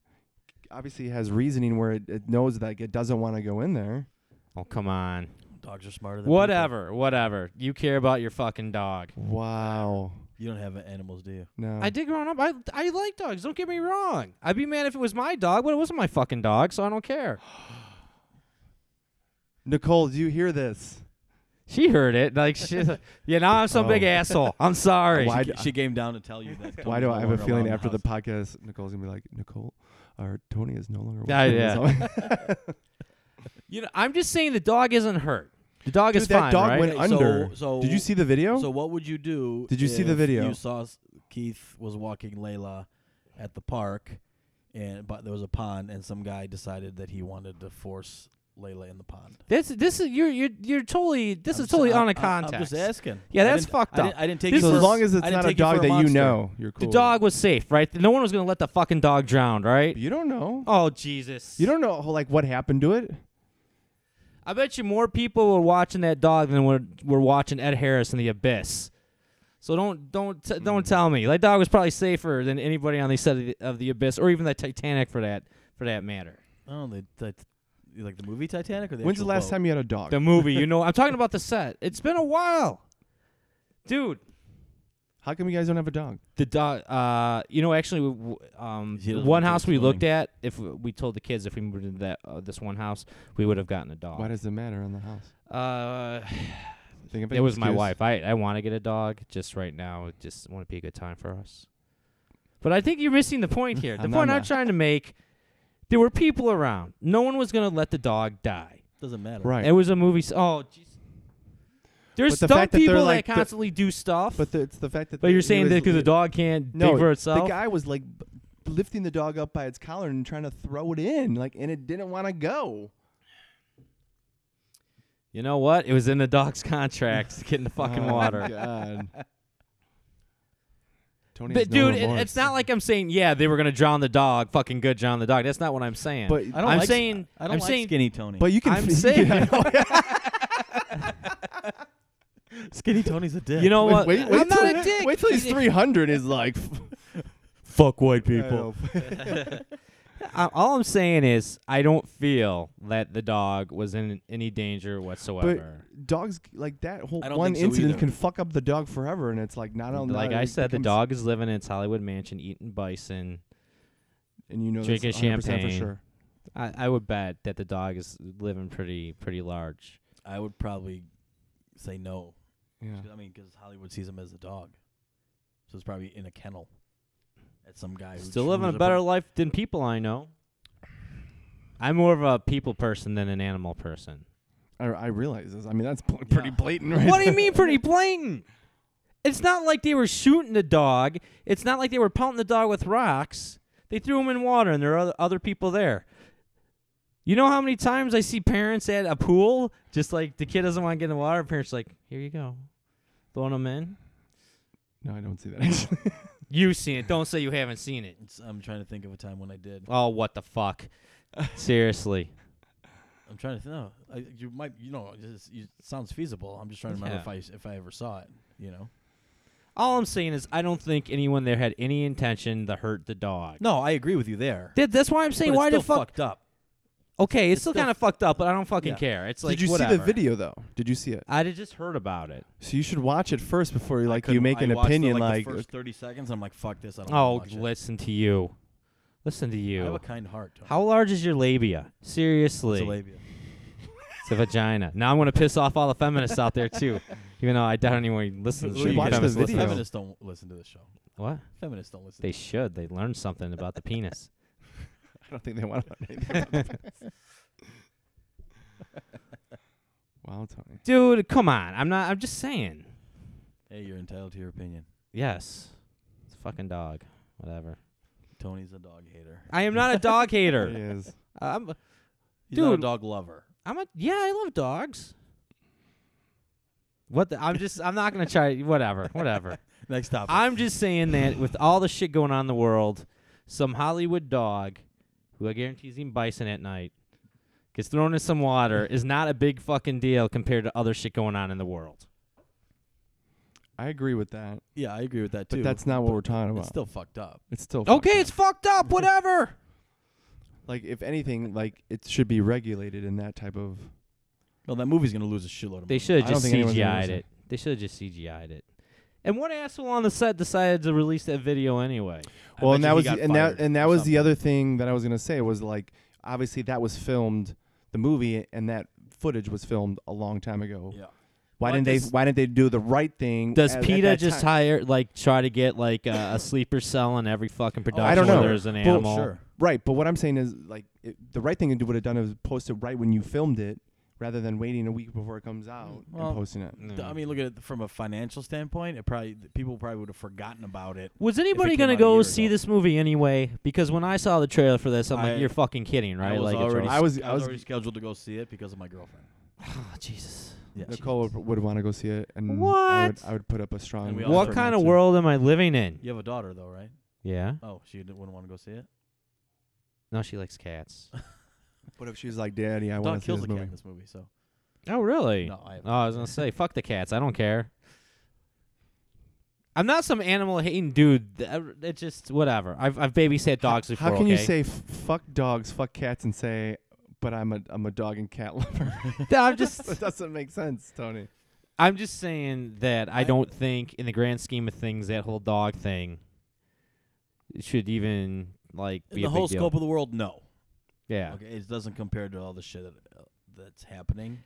Speaker 2: obviously has reasoning where it, it knows that it doesn't want to go in there.
Speaker 3: Oh, come on.
Speaker 4: Dogs are smarter than people.
Speaker 3: Whatever, whatever. You care about your fucking dog.
Speaker 2: Wow.
Speaker 4: You don't have animals, do you?
Speaker 2: No.
Speaker 3: I did growing up. I I like dogs. Don't get me wrong. I'd be mad if it was my dog, but it wasn't my fucking dog, so I don't care.
Speaker 2: Nicole, do you hear this?
Speaker 3: She heard it. Like she, *laughs* you know, I'm some big
Speaker 2: Oh.
Speaker 3: asshole. I'm sorry.
Speaker 2: Why
Speaker 4: She,
Speaker 2: d-
Speaker 4: ca- she came down to tell you *laughs* that.
Speaker 2: Why
Speaker 4: Tony's
Speaker 2: do
Speaker 4: no
Speaker 2: I have a
Speaker 4: longer
Speaker 2: feeling
Speaker 4: allowed in
Speaker 2: after the
Speaker 4: the house.
Speaker 2: podcast, Nicole's gonna be like, Nicole, or Tony is no longer.
Speaker 3: Yeah,
Speaker 2: with us."
Speaker 3: You know, I'm just saying the dog isn't hurt. The dog
Speaker 2: Dude,
Speaker 3: is
Speaker 2: that
Speaker 3: fine,
Speaker 2: dog
Speaker 3: right?
Speaker 2: went
Speaker 4: Okay,
Speaker 2: under.
Speaker 4: so-
Speaker 2: Did you
Speaker 4: so-
Speaker 2: see the video?
Speaker 4: So what would you do?
Speaker 2: Did you see the
Speaker 4: if
Speaker 2: video?
Speaker 4: You saw s- Keith was walking Layla at the park, and but there was a pond, and some guy decided that he wanted to force Layla in the pond.
Speaker 3: This this is you're you're you're totally this
Speaker 4: I'm
Speaker 3: is
Speaker 4: s-
Speaker 3: totally
Speaker 4: I'm-
Speaker 3: on a
Speaker 4: I'm-
Speaker 3: context.
Speaker 4: I'm just asking.
Speaker 3: Yeah,
Speaker 4: I
Speaker 3: that's
Speaker 4: didn't-
Speaker 3: fucked
Speaker 4: I didn't,
Speaker 3: up.
Speaker 4: I didn't take
Speaker 3: This
Speaker 4: you
Speaker 2: so
Speaker 4: for-
Speaker 2: as long as it's
Speaker 4: I didn't
Speaker 2: not a
Speaker 4: take you
Speaker 2: dog
Speaker 4: for
Speaker 2: that you
Speaker 4: monster.
Speaker 2: know, you're
Speaker 3: The
Speaker 2: cool.
Speaker 3: dog was safe, right? No one was gonna let the fucking dog drown, right?
Speaker 2: You don't know.
Speaker 3: Oh Jesus!
Speaker 2: You don't know like what happened to it.
Speaker 3: I bet you more people were watching that dog than were were watching Ed Harris in the abyss. So don't don't t- don't tell me that dog was probably safer than anybody on the set of the, of the abyss, or even the Titanic for that for that matter.
Speaker 4: Oh, they, that, you like the movie Titanic or the
Speaker 2: When's the
Speaker 4: actual
Speaker 2: last
Speaker 4: boat?
Speaker 2: time you had a dog?
Speaker 3: The movie,
Speaker 4: *laughs*
Speaker 3: you know, I'm talking about the set. It's been a while, dude.
Speaker 2: How come you guys don't have a dog?
Speaker 3: The dog, uh, you know, actually, w- w- um,
Speaker 4: He
Speaker 3: the
Speaker 4: doesn't
Speaker 3: one
Speaker 4: want to
Speaker 3: house we
Speaker 4: explain.
Speaker 3: looked at, if w- we told the kids if we moved into that uh, this one house, we would have gotten a dog.
Speaker 2: Why does it matter on the house?
Speaker 3: uh,
Speaker 2: Think of
Speaker 3: it
Speaker 2: an
Speaker 3: was my
Speaker 2: excuse.
Speaker 3: wife. I I want to get a dog just right now. It just want to be a good time for us. But I think you're missing
Speaker 2: *laughs*
Speaker 3: the point here. The
Speaker 2: I'm not-
Speaker 3: point
Speaker 2: I'm
Speaker 3: I'm
Speaker 2: not.
Speaker 3: trying to make, there were people around. No one was gonna let the dog die.
Speaker 4: Doesn't matter.
Speaker 2: Right.
Speaker 3: It was a movie. s- Oh, jeez. There's
Speaker 2: But the
Speaker 3: dumb
Speaker 2: fact that they're
Speaker 3: people that
Speaker 2: like the-
Speaker 3: constantly do stuff.
Speaker 2: But the, it's the fact that.
Speaker 3: But
Speaker 2: the-
Speaker 3: you're
Speaker 2: it
Speaker 3: saying
Speaker 2: was-
Speaker 3: that because the
Speaker 2: it-
Speaker 3: dog can't
Speaker 2: No,
Speaker 3: dig for
Speaker 2: the
Speaker 3: itself?
Speaker 2: guy was like b- lifting the dog up by its collar and trying to throw it in, like, and it didn't want to go.
Speaker 3: You know what? It was in the dog's contract to get in the fucking
Speaker 2: Oh, *laughs*
Speaker 3: water.
Speaker 2: God. Tony, has
Speaker 3: But
Speaker 2: no
Speaker 3: dude, it,
Speaker 2: remorse.
Speaker 3: it's not like I'm saying yeah they were gonna drown the dog. Fucking good, drown the dog. That's not what I'm saying.
Speaker 2: But
Speaker 4: I don't
Speaker 3: I'm
Speaker 4: like,
Speaker 3: saying-
Speaker 4: I don't
Speaker 3: I'm
Speaker 4: like
Speaker 3: saying-
Speaker 4: skinny Tony.
Speaker 2: but you can.
Speaker 3: I'm
Speaker 2: f- *laughs*
Speaker 3: saying-
Speaker 2: Yeah, I know.
Speaker 4: *laughs* skinny Tony's
Speaker 2: *laughs*
Speaker 4: a dick.
Speaker 3: you know what?
Speaker 2: wait, wait
Speaker 3: I'm not
Speaker 2: till-
Speaker 3: a dick.
Speaker 2: Wait till
Speaker 3: *laughs*
Speaker 2: he's 300 is like.
Speaker 3: Fuck white
Speaker 2: *laughs*
Speaker 3: all I'm saying is I don't feel that the dog was in any danger whatsoever.
Speaker 2: But dogs like that whole
Speaker 4: I don't
Speaker 2: one
Speaker 4: think so
Speaker 2: incident
Speaker 4: either.
Speaker 2: can fuck up the dog forever, and it's like not only
Speaker 3: like I said, the dog is living in its Hollywood mansion, eating bison.
Speaker 2: and you know that's
Speaker 3: drinking
Speaker 2: 100% for
Speaker 3: champagne.
Speaker 2: sure.
Speaker 3: I, I would bet that the dog is living pretty pretty large.
Speaker 4: *laughs* I would probably say no.
Speaker 2: Yeah.
Speaker 4: I mean, because Hollywood sees him as a dog, so it's probably in a kennel at some guy. who
Speaker 3: Still
Speaker 4: ch-
Speaker 3: living a
Speaker 4: who's
Speaker 3: better
Speaker 4: pro-
Speaker 3: life than people I know. I'm more of a people person than an animal person.
Speaker 2: I, I realize this. I mean, that's pl-
Speaker 4: Yeah.
Speaker 2: pretty blatant, right?
Speaker 3: What do you
Speaker 4: *laughs*
Speaker 3: mean pretty blatant? It's not like they were shooting the dog. It's not like they were pelting the dog with rocks. They threw him in water, and there are other- other people there. You know how many times I see parents at a pool, just like the kid doesn't want to get in the water. Parents like, here you go, throwing him in.
Speaker 2: *laughs* No, I don't see that *laughs* actually.
Speaker 3: You've seen it. Don't say you haven't seen it.
Speaker 4: It's, I'm trying to think of a time when I did.
Speaker 3: Oh, what the fuck?
Speaker 4: *laughs*
Speaker 3: Seriously.
Speaker 4: I'm trying to think. No, I, you might. You know, it just, you, it sounds feasible. I'm just trying to remember
Speaker 3: Yeah.
Speaker 4: if I s- if I ever saw it. You know.
Speaker 3: All I'm saying is I don't think anyone there had any intention to hurt the dog.
Speaker 4: No, I agree with you there.
Speaker 3: That- that's why I'm saying
Speaker 4: but
Speaker 3: why
Speaker 4: it's
Speaker 3: the
Speaker 4: still
Speaker 3: fuck.
Speaker 4: fucked up?
Speaker 3: Okay, it's,
Speaker 4: It's
Speaker 3: still
Speaker 4: still
Speaker 3: kind of fucked up, but I don't fucking
Speaker 4: Yeah.
Speaker 3: care. It's like
Speaker 2: Did you
Speaker 3: whatever.
Speaker 2: see the video though? Did you see it?
Speaker 3: I did just heard about it.
Speaker 2: So you should watch it first before you like you
Speaker 4: Couldn't-
Speaker 2: make
Speaker 4: I
Speaker 2: an
Speaker 4: watched the,
Speaker 2: opinion.
Speaker 4: like,
Speaker 2: Like, uh,
Speaker 4: the first 30 seconds. I'm like, fuck this. I don't. wanna
Speaker 3: Oh,
Speaker 4: watch it.
Speaker 3: listen to you. Listen to
Speaker 4: I have
Speaker 3: you.
Speaker 4: a kind heart. Tony.
Speaker 3: How large is your labia? Seriously.
Speaker 4: It's a labia.
Speaker 3: It's a vagina. Now I'm going to piss off all the feminists out there too, *laughs* even though I doubt anyone listens
Speaker 2: You
Speaker 3: to
Speaker 2: should watch the
Speaker 3: feminists listen to
Speaker 2: video.
Speaker 3: this.
Speaker 4: Feminists don't listen to this show.
Speaker 3: What?
Speaker 4: Feminists don't listen.
Speaker 3: They
Speaker 4: to this.
Speaker 3: should. They learned something about the penis.
Speaker 2: I don't think they
Speaker 4: *laughs*
Speaker 2: want to. learn anything about this. wow, Tony.
Speaker 3: Dude, come on. I'm not I'm just saying.
Speaker 4: Hey, you're entitled to your opinion.
Speaker 3: Yes. It's a fucking dog. Whatever.
Speaker 4: Tony's a dog hater.
Speaker 3: I am not a
Speaker 2: *laughs*
Speaker 3: dog
Speaker 2: He
Speaker 3: hater.
Speaker 2: is.
Speaker 3: I'm
Speaker 4: He's not a
Speaker 3: Dude.
Speaker 4: dog lover.
Speaker 3: I'm a yeah, I love dogs. What the, I'm just I'm not going to try whatever. *laughs* Whatever.
Speaker 4: Next topic.
Speaker 3: I'm just saying that with all the shit going on in the world, some Hollywood dog, who I guarantee is eating bison at night, gets thrown in some water is not a big fucking deal compared to other shit going on in the world.
Speaker 2: I agree with that,
Speaker 4: yeah, I agree with that
Speaker 2: but
Speaker 4: too.
Speaker 2: that's not what we're talking about.
Speaker 4: it's still fucked up.
Speaker 2: It's still fucked
Speaker 3: Okay,
Speaker 2: up.
Speaker 3: it's fucked up. *laughs* Whatever.
Speaker 2: like if anything, like it should be regulated in that type of.
Speaker 4: Well, that movie's gonna lose a shitload of
Speaker 3: they
Speaker 4: money.
Speaker 3: should
Speaker 2: I
Speaker 3: have
Speaker 2: don't
Speaker 3: just
Speaker 2: think anyone's gonna
Speaker 3: CGI'd
Speaker 2: listen.
Speaker 3: it. They should have just CGI'd it. And what asshole on the set decided to release that video anyway?
Speaker 4: I
Speaker 2: Well, and
Speaker 4: bet you
Speaker 2: that
Speaker 4: he
Speaker 2: was
Speaker 4: got
Speaker 2: the, and that
Speaker 4: fired
Speaker 2: and
Speaker 4: or
Speaker 2: that was the
Speaker 4: something.
Speaker 2: other thing that I was gonna say was like obviously that was filmed the movie and that footage was filmed a long time ago.
Speaker 4: Yeah.
Speaker 2: Why
Speaker 4: Why
Speaker 2: didn't they
Speaker 4: does-
Speaker 2: Why didn't they do the right thing?
Speaker 3: Does
Speaker 2: at- at
Speaker 3: PETA
Speaker 2: that
Speaker 3: just
Speaker 2: time?
Speaker 3: hire like try to get like a, a sleeper cell in every fucking production?
Speaker 2: I don't
Speaker 3: where
Speaker 2: know.
Speaker 3: There's an
Speaker 2: Well,
Speaker 3: animal.
Speaker 4: Sure.
Speaker 2: right? But what I'm saying is like it, the right thing to do would have done is post it right when you filmed it, rather than waiting a week before it comes out
Speaker 4: well,
Speaker 2: and posting it.
Speaker 4: D- I mean, look at it from a financial standpoint. It probably th- people probably would have forgotten about it.
Speaker 3: was anybody
Speaker 4: came
Speaker 3: gonna
Speaker 4: out a
Speaker 3: go
Speaker 4: year
Speaker 3: see
Speaker 4: ago.
Speaker 3: this movie anyway? Because when I saw the trailer for this, I'm
Speaker 4: I-
Speaker 3: like, you're fucking kidding, right?
Speaker 4: I
Speaker 3: like,
Speaker 4: was
Speaker 3: it's
Speaker 4: already,
Speaker 3: all-
Speaker 2: I was-
Speaker 4: I
Speaker 2: I
Speaker 4: was
Speaker 2: was-
Speaker 4: already scheduled to go see it because of my girlfriend.
Speaker 3: *sighs* oh, Jesus.
Speaker 4: Yeah.
Speaker 2: Nicole would, would want to go see it, and I would,
Speaker 3: What?
Speaker 2: I would put up a strong.
Speaker 4: And we all
Speaker 3: What
Speaker 4: Alfred
Speaker 3: kind of
Speaker 2: defense.
Speaker 3: world am I living in?
Speaker 4: You have a daughter though, right?
Speaker 3: Yeah.
Speaker 4: Oh, she d- wouldn't want to go see it.
Speaker 3: No, she likes cats.
Speaker 2: What if she's like, "Daddy, I want
Speaker 4: Dog
Speaker 2: to see
Speaker 4: kills
Speaker 2: this
Speaker 4: a cat
Speaker 2: movie"?
Speaker 4: in this movie, so
Speaker 3: oh, really?
Speaker 4: no, I
Speaker 3: Oh, I was gonna say, fuck the cats. I don't care. I'm not some animal hating dude. Th- uh, It's just whatever. I've I've babysat dogs
Speaker 2: How-
Speaker 3: before.
Speaker 2: How can you
Speaker 3: okay?
Speaker 2: say f- "fuck dogs, fuck cats" and say, "But I'm a I'm a dog and cat lover"? *laughs*
Speaker 3: Th- I'm just
Speaker 2: that doesn't make sense, Tony.
Speaker 3: I'm just saying that I
Speaker 4: I-
Speaker 3: don't think, in the grand scheme of things, that whole dog thing should even like
Speaker 4: in
Speaker 3: be
Speaker 4: the
Speaker 3: a
Speaker 4: whole
Speaker 3: big deal.
Speaker 4: scope of the world, no.
Speaker 3: yeah.
Speaker 4: Okay, it doesn't compare to all the shit that, uh, that's happening.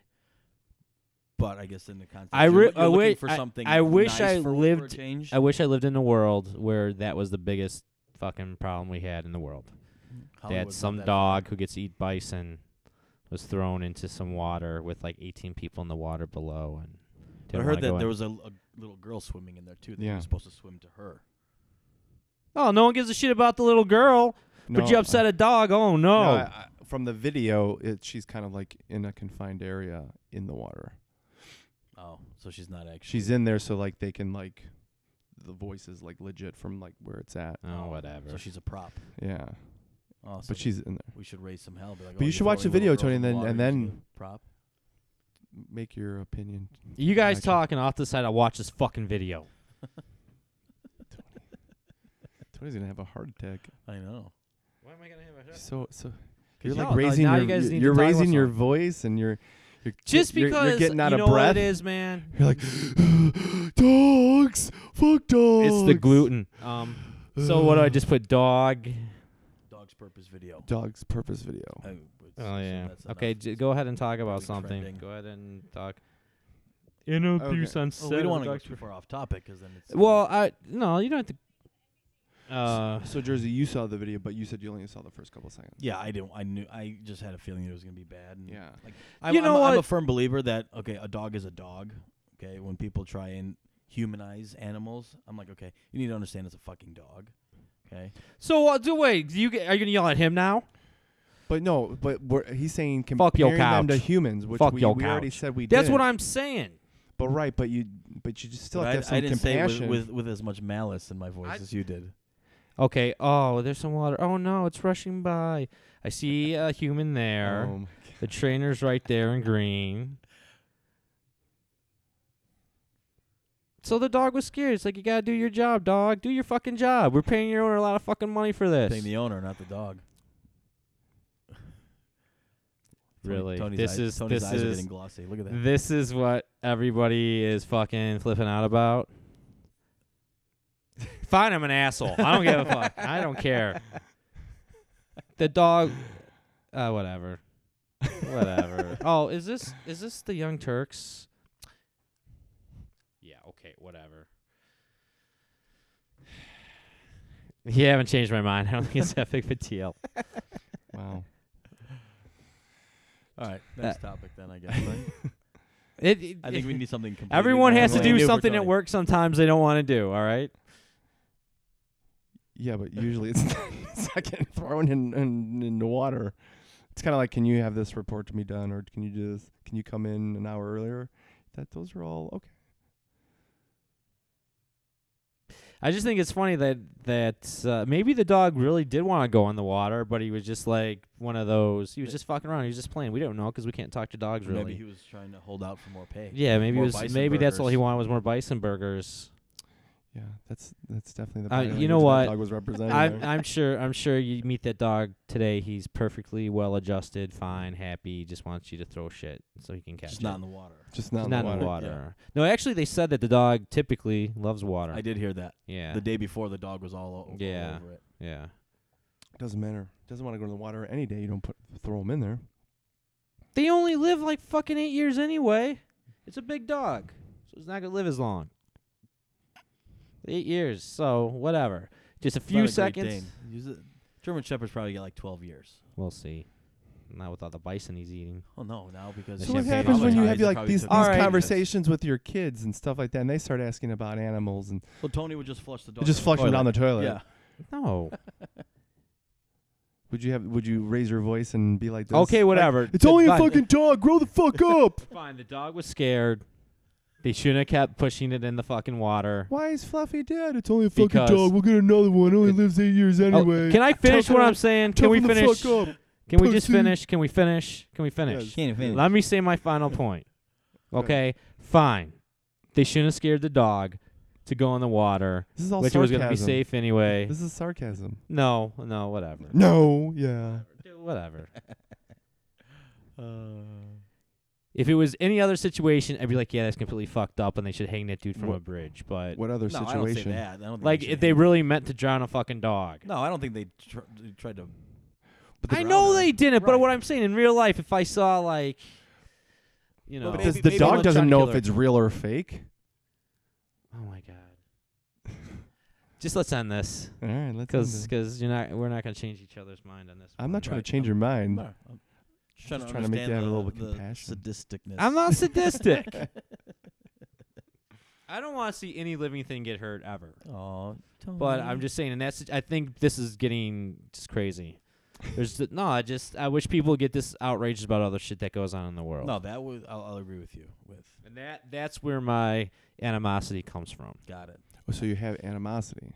Speaker 4: but I guess in the context,
Speaker 3: I
Speaker 4: you're
Speaker 3: re-
Speaker 4: loo- you're
Speaker 3: I
Speaker 4: looking
Speaker 3: wi-
Speaker 4: for
Speaker 3: I-
Speaker 4: something.
Speaker 3: I wish
Speaker 4: nice
Speaker 3: I
Speaker 4: for- for a
Speaker 3: lived-
Speaker 4: change.
Speaker 3: I wish I lived in a world where that was the biggest fucking problem we had in the world. They
Speaker 4: Hollywood
Speaker 3: had
Speaker 4: went
Speaker 3: some
Speaker 4: that far.
Speaker 3: dog who gets to eat bison was thrown into some water with like 18 people in the water below and
Speaker 4: But
Speaker 3: didn't
Speaker 4: I
Speaker 3: wanna
Speaker 4: heard
Speaker 3: go
Speaker 4: that
Speaker 3: in.
Speaker 4: there was a, l- a little girl swimming in there too. That you
Speaker 2: Yeah.
Speaker 4: were supposed to swim to her.
Speaker 3: oh no one gives a shit about the little girl but you upset a dog oh
Speaker 2: No,
Speaker 3: no,
Speaker 2: I- I- from the video, it, she's kind of like in a confined area in the water.
Speaker 4: Oh, so she's not actually.
Speaker 2: She's in there, so like they can like the voice is like legit from like where it's at.
Speaker 3: oh whatever
Speaker 4: So she's a prop.
Speaker 2: Yeah,
Speaker 4: Oh, so
Speaker 2: but she's in there.
Speaker 4: We should raise some hell. Be like,
Speaker 2: But
Speaker 4: "Oh,
Speaker 2: you
Speaker 4: you're
Speaker 2: should watch the
Speaker 4: throwing
Speaker 2: video,
Speaker 4: little girls
Speaker 2: Tony,
Speaker 4: in the
Speaker 2: and then-
Speaker 4: water,
Speaker 2: and
Speaker 4: you're
Speaker 2: then-
Speaker 4: just a prop.
Speaker 2: Make your opinion.
Speaker 3: you guys
Speaker 2: Gotcha.
Speaker 3: talking off the side i watch this fucking video
Speaker 2: Tony's gonna have a heart attack.
Speaker 4: I know.
Speaker 3: why am i gonna have a
Speaker 2: So so you're
Speaker 3: You're like
Speaker 2: like
Speaker 3: no, raising
Speaker 2: raising
Speaker 3: now your-
Speaker 2: your
Speaker 3: you guys need to
Speaker 2: you're
Speaker 3: talk about
Speaker 2: raising your
Speaker 3: something.
Speaker 2: voice and you're you're
Speaker 3: just
Speaker 2: you're-
Speaker 3: because
Speaker 2: you're, getting out
Speaker 3: you
Speaker 2: of
Speaker 3: know
Speaker 2: breath.
Speaker 3: what it is man
Speaker 2: You're like *gasps* dogs, fuck dogs.
Speaker 3: it's the gluten
Speaker 2: *sighs*
Speaker 3: um so what do i just put dog
Speaker 4: Dog's purpose video.
Speaker 2: Dog's purpose video.
Speaker 4: I would
Speaker 3: oh
Speaker 4: say
Speaker 3: yeah
Speaker 4: that's
Speaker 3: okay
Speaker 4: enough.
Speaker 3: j- go ahead and talk about
Speaker 4: Be
Speaker 3: something
Speaker 4: trending.
Speaker 3: go ahead and talk in abuse on
Speaker 4: Well, we don't want to go
Speaker 3: dogs
Speaker 4: too far off topic because then it's.
Speaker 3: Well, I no, you don't have to. Uh,
Speaker 2: so Jersey, you saw the video, but you said you only saw the first couple seconds.
Speaker 4: yeah, I didn't. I knew. I just had a feeling it was gonna be bad.
Speaker 3: Mm.
Speaker 4: And
Speaker 2: Yeah.
Speaker 4: Like, I'm,
Speaker 3: You know
Speaker 4: I'm, I'm a
Speaker 3: what?
Speaker 4: firm believer that okay, a dog is a dog. Okay, when people try and humanize animals, I'm like, okay, you need to understand it's a fucking dog. Okay,
Speaker 3: so uh, do wait. Do you g- are you gonna yell at him now?
Speaker 2: But no, but we're, he's saying comparing
Speaker 3: Fuck your
Speaker 2: them to
Speaker 3: couch.
Speaker 2: humans, which
Speaker 3: Fuck
Speaker 2: we,
Speaker 3: your
Speaker 2: we already
Speaker 3: couch.
Speaker 2: said we
Speaker 3: That's what
Speaker 2: didn't.
Speaker 3: I'm saying.
Speaker 2: But right, but you, but you just still have
Speaker 4: But I,
Speaker 2: to have some
Speaker 4: I didn't
Speaker 2: compassion.
Speaker 4: say it with, with with as much malice in my voice
Speaker 3: I-
Speaker 4: as you did.
Speaker 3: Okay. Oh, there's some water. Oh no, it's rushing by. I see a human there.
Speaker 2: Um,
Speaker 3: The trainer's right there in green. So the dog was scared. It's like you gotta do your job, dog. Do your fucking job. We're paying your owner a lot of fucking money for this.
Speaker 4: Saying the owner, not the dog. Tony-
Speaker 3: Really,
Speaker 4: Tony's
Speaker 3: this
Speaker 4: eyes,
Speaker 3: is
Speaker 4: Tony's
Speaker 3: this
Speaker 4: eyes are
Speaker 3: is
Speaker 4: getting glossy. Look at that.
Speaker 3: This is what everybody is fucking flipping out
Speaker 4: *laughs*
Speaker 3: about. Fine, I'm an asshole. I don't give a fuck. I don't
Speaker 4: *laughs*
Speaker 3: care. The dog, uh, whatever,
Speaker 4: *laughs*
Speaker 3: whatever. oh, is this is this the Young Turks? Yeah. Okay. Whatever. *sighs* Yeah, I haven't changed my mind. *laughs* I don't think it's that big of a deal.
Speaker 2: wow.
Speaker 4: All right, next topic then. I guess. right?
Speaker 3: It, it-
Speaker 4: *laughs* I think we need something. completely
Speaker 3: Everyone has to
Speaker 4: completely
Speaker 3: do
Speaker 4: new for
Speaker 3: something at
Speaker 4: Tony.
Speaker 3: work sometimes they don't want to do. All right.
Speaker 2: Yeah, but usually it's *laughs* not, it's not getting thrown in, in in the water. It's kind of like, can you have this report to me done, or can you do this? Can you come in an hour earlier? That those are all okay.
Speaker 3: I just think it's funny that that uh, maybe the dog really did want to go in the water, but he was just like one of those. He was just fucking around. He was just playing. We don't know because we can't talk to dogs really.
Speaker 4: Maybe he was trying to hold out for more pay.
Speaker 3: yeah, maybe it
Speaker 4: More
Speaker 3: was
Speaker 4: bison
Speaker 3: maybe that's all he
Speaker 4: burgers.
Speaker 3: wanted was more bison burgers.
Speaker 2: Yeah, that's that's definitely the.
Speaker 3: Uh,
Speaker 2: body
Speaker 3: you know
Speaker 2: language that
Speaker 3: what?
Speaker 2: Dog was represented.
Speaker 3: I'm
Speaker 2: there.
Speaker 3: I'm sure I'm sure you meet that dog today. He's perfectly well adjusted, fine, happy. Just wants you to throw shit so he can catch
Speaker 4: Just
Speaker 3: it.
Speaker 4: not in the water.
Speaker 2: Just
Speaker 3: Just
Speaker 2: not,
Speaker 3: not
Speaker 2: in the water.
Speaker 3: No, actually, they said that the dog typically loves water.
Speaker 4: I did hear that.
Speaker 3: yeah,
Speaker 4: The day before, the dog was all, o- all
Speaker 3: Yeah.
Speaker 4: over it.
Speaker 3: yeah.
Speaker 2: Doesn't matter. Doesn't want to go in the water any day. You don't put throw them in there.
Speaker 3: They only live like fucking eight years anyway. It's a big dog, so it's not gonna live as long. Eight years, so whatever. Just a
Speaker 4: It's not
Speaker 3: few
Speaker 4: a Great
Speaker 3: seconds.
Speaker 4: Dane. Use it- German Shepherds probably get like 12 years.
Speaker 3: We'll see. Not with all the bison he's eating.
Speaker 4: Oh no, now because
Speaker 3: The
Speaker 2: So what
Speaker 3: champagne
Speaker 2: happens when you have
Speaker 3: traumatized,
Speaker 2: like these, these
Speaker 3: All right.
Speaker 2: conversations with your kids and stuff like that, and they start asking about animals and
Speaker 4: Well, Tony would just flush the
Speaker 2: they
Speaker 4: dog.
Speaker 2: just flush them down the toilet.
Speaker 4: Yeah.
Speaker 3: No.
Speaker 2: Would you have? Would you raise your voice and be like this?
Speaker 3: okay,
Speaker 2: Like,
Speaker 3: whatever.
Speaker 2: it's only a
Speaker 3: Goodbye.
Speaker 2: fucking dog. Grow the
Speaker 3: *laughs*
Speaker 2: fuck up.
Speaker 3: Fine. The dog was scared. They shouldn't have kept pushing it in the fucking water.
Speaker 2: Why is Fluffy dead? It's only a fucking
Speaker 3: Because-
Speaker 2: dog. We'll get another one. Only
Speaker 3: Good.
Speaker 2: lives eight years
Speaker 3: Oh,
Speaker 2: anyway.
Speaker 3: can I finish
Speaker 2: Toughen
Speaker 3: what
Speaker 2: up-
Speaker 3: I'm saying? Can we
Speaker 2: Toughen the
Speaker 3: finish?
Speaker 2: fuck up.
Speaker 3: Can we just
Speaker 2: pussy.
Speaker 3: finish? Can we finish? Can we finish?
Speaker 5: Can't even
Speaker 3: Let me say my final point. Okay, fine. They shouldn't have scared the dog to go in the water,
Speaker 2: This is all
Speaker 3: which it was
Speaker 2: sarcasm.
Speaker 3: going to be safe anyway.
Speaker 2: This is sarcasm.
Speaker 3: No, no, whatever.
Speaker 2: No. Yeah.
Speaker 3: Dude, Whatever.
Speaker 4: Uh,
Speaker 3: If it was any other situation, I'd be like, yeah, that's completely fucked up, and they should hang that dude from
Speaker 2: Wha-
Speaker 3: a bridge. But
Speaker 2: What other
Speaker 4: no, I don't say
Speaker 2: situation?
Speaker 4: that. I don't think
Speaker 3: like,
Speaker 4: should
Speaker 3: if they
Speaker 4: hang-
Speaker 3: really meant to drown a fucking dog,
Speaker 4: No, I don't think they tr- they tried to.
Speaker 2: But
Speaker 3: I know they didn't. But
Speaker 4: Right.
Speaker 3: what I'm saying in real life, if I saw like, you know,
Speaker 4: Well,
Speaker 2: Because
Speaker 4: Maybe-
Speaker 2: the
Speaker 4: maybe
Speaker 2: dog
Speaker 4: let's
Speaker 2: doesn't
Speaker 3: not
Speaker 2: know
Speaker 3: kill
Speaker 2: if
Speaker 3: her.
Speaker 2: it's real or fake.
Speaker 3: oh my god. *laughs* Just let's end this,
Speaker 2: All right. Let's. end
Speaker 3: because
Speaker 2: it.
Speaker 3: because you're not we're not gonna change each other's mind on this.
Speaker 2: I'm
Speaker 3: one.
Speaker 2: not trying
Speaker 4: Right,
Speaker 2: to change your mind.
Speaker 4: No, I'm just trying,
Speaker 2: Just
Speaker 4: to,
Speaker 2: trying to make
Speaker 4: understand
Speaker 2: you have a
Speaker 4: the,
Speaker 2: little bit
Speaker 4: the
Speaker 2: compassion.
Speaker 4: sadisticness.
Speaker 3: I'm not *laughs* sadistic. I don't want to see any living thing get hurt ever.
Speaker 4: Aw,
Speaker 3: But I'm
Speaker 4: Tony.
Speaker 3: just saying, and that's I think this is getting just crazy. There's th- no, I just I wish people would get this outraged about other shit that goes on in the world.
Speaker 4: No, that would I'll, I'll agree with you. With
Speaker 3: and that that's where my animosity comes from.
Speaker 4: got it.
Speaker 2: Oh, So you have animosity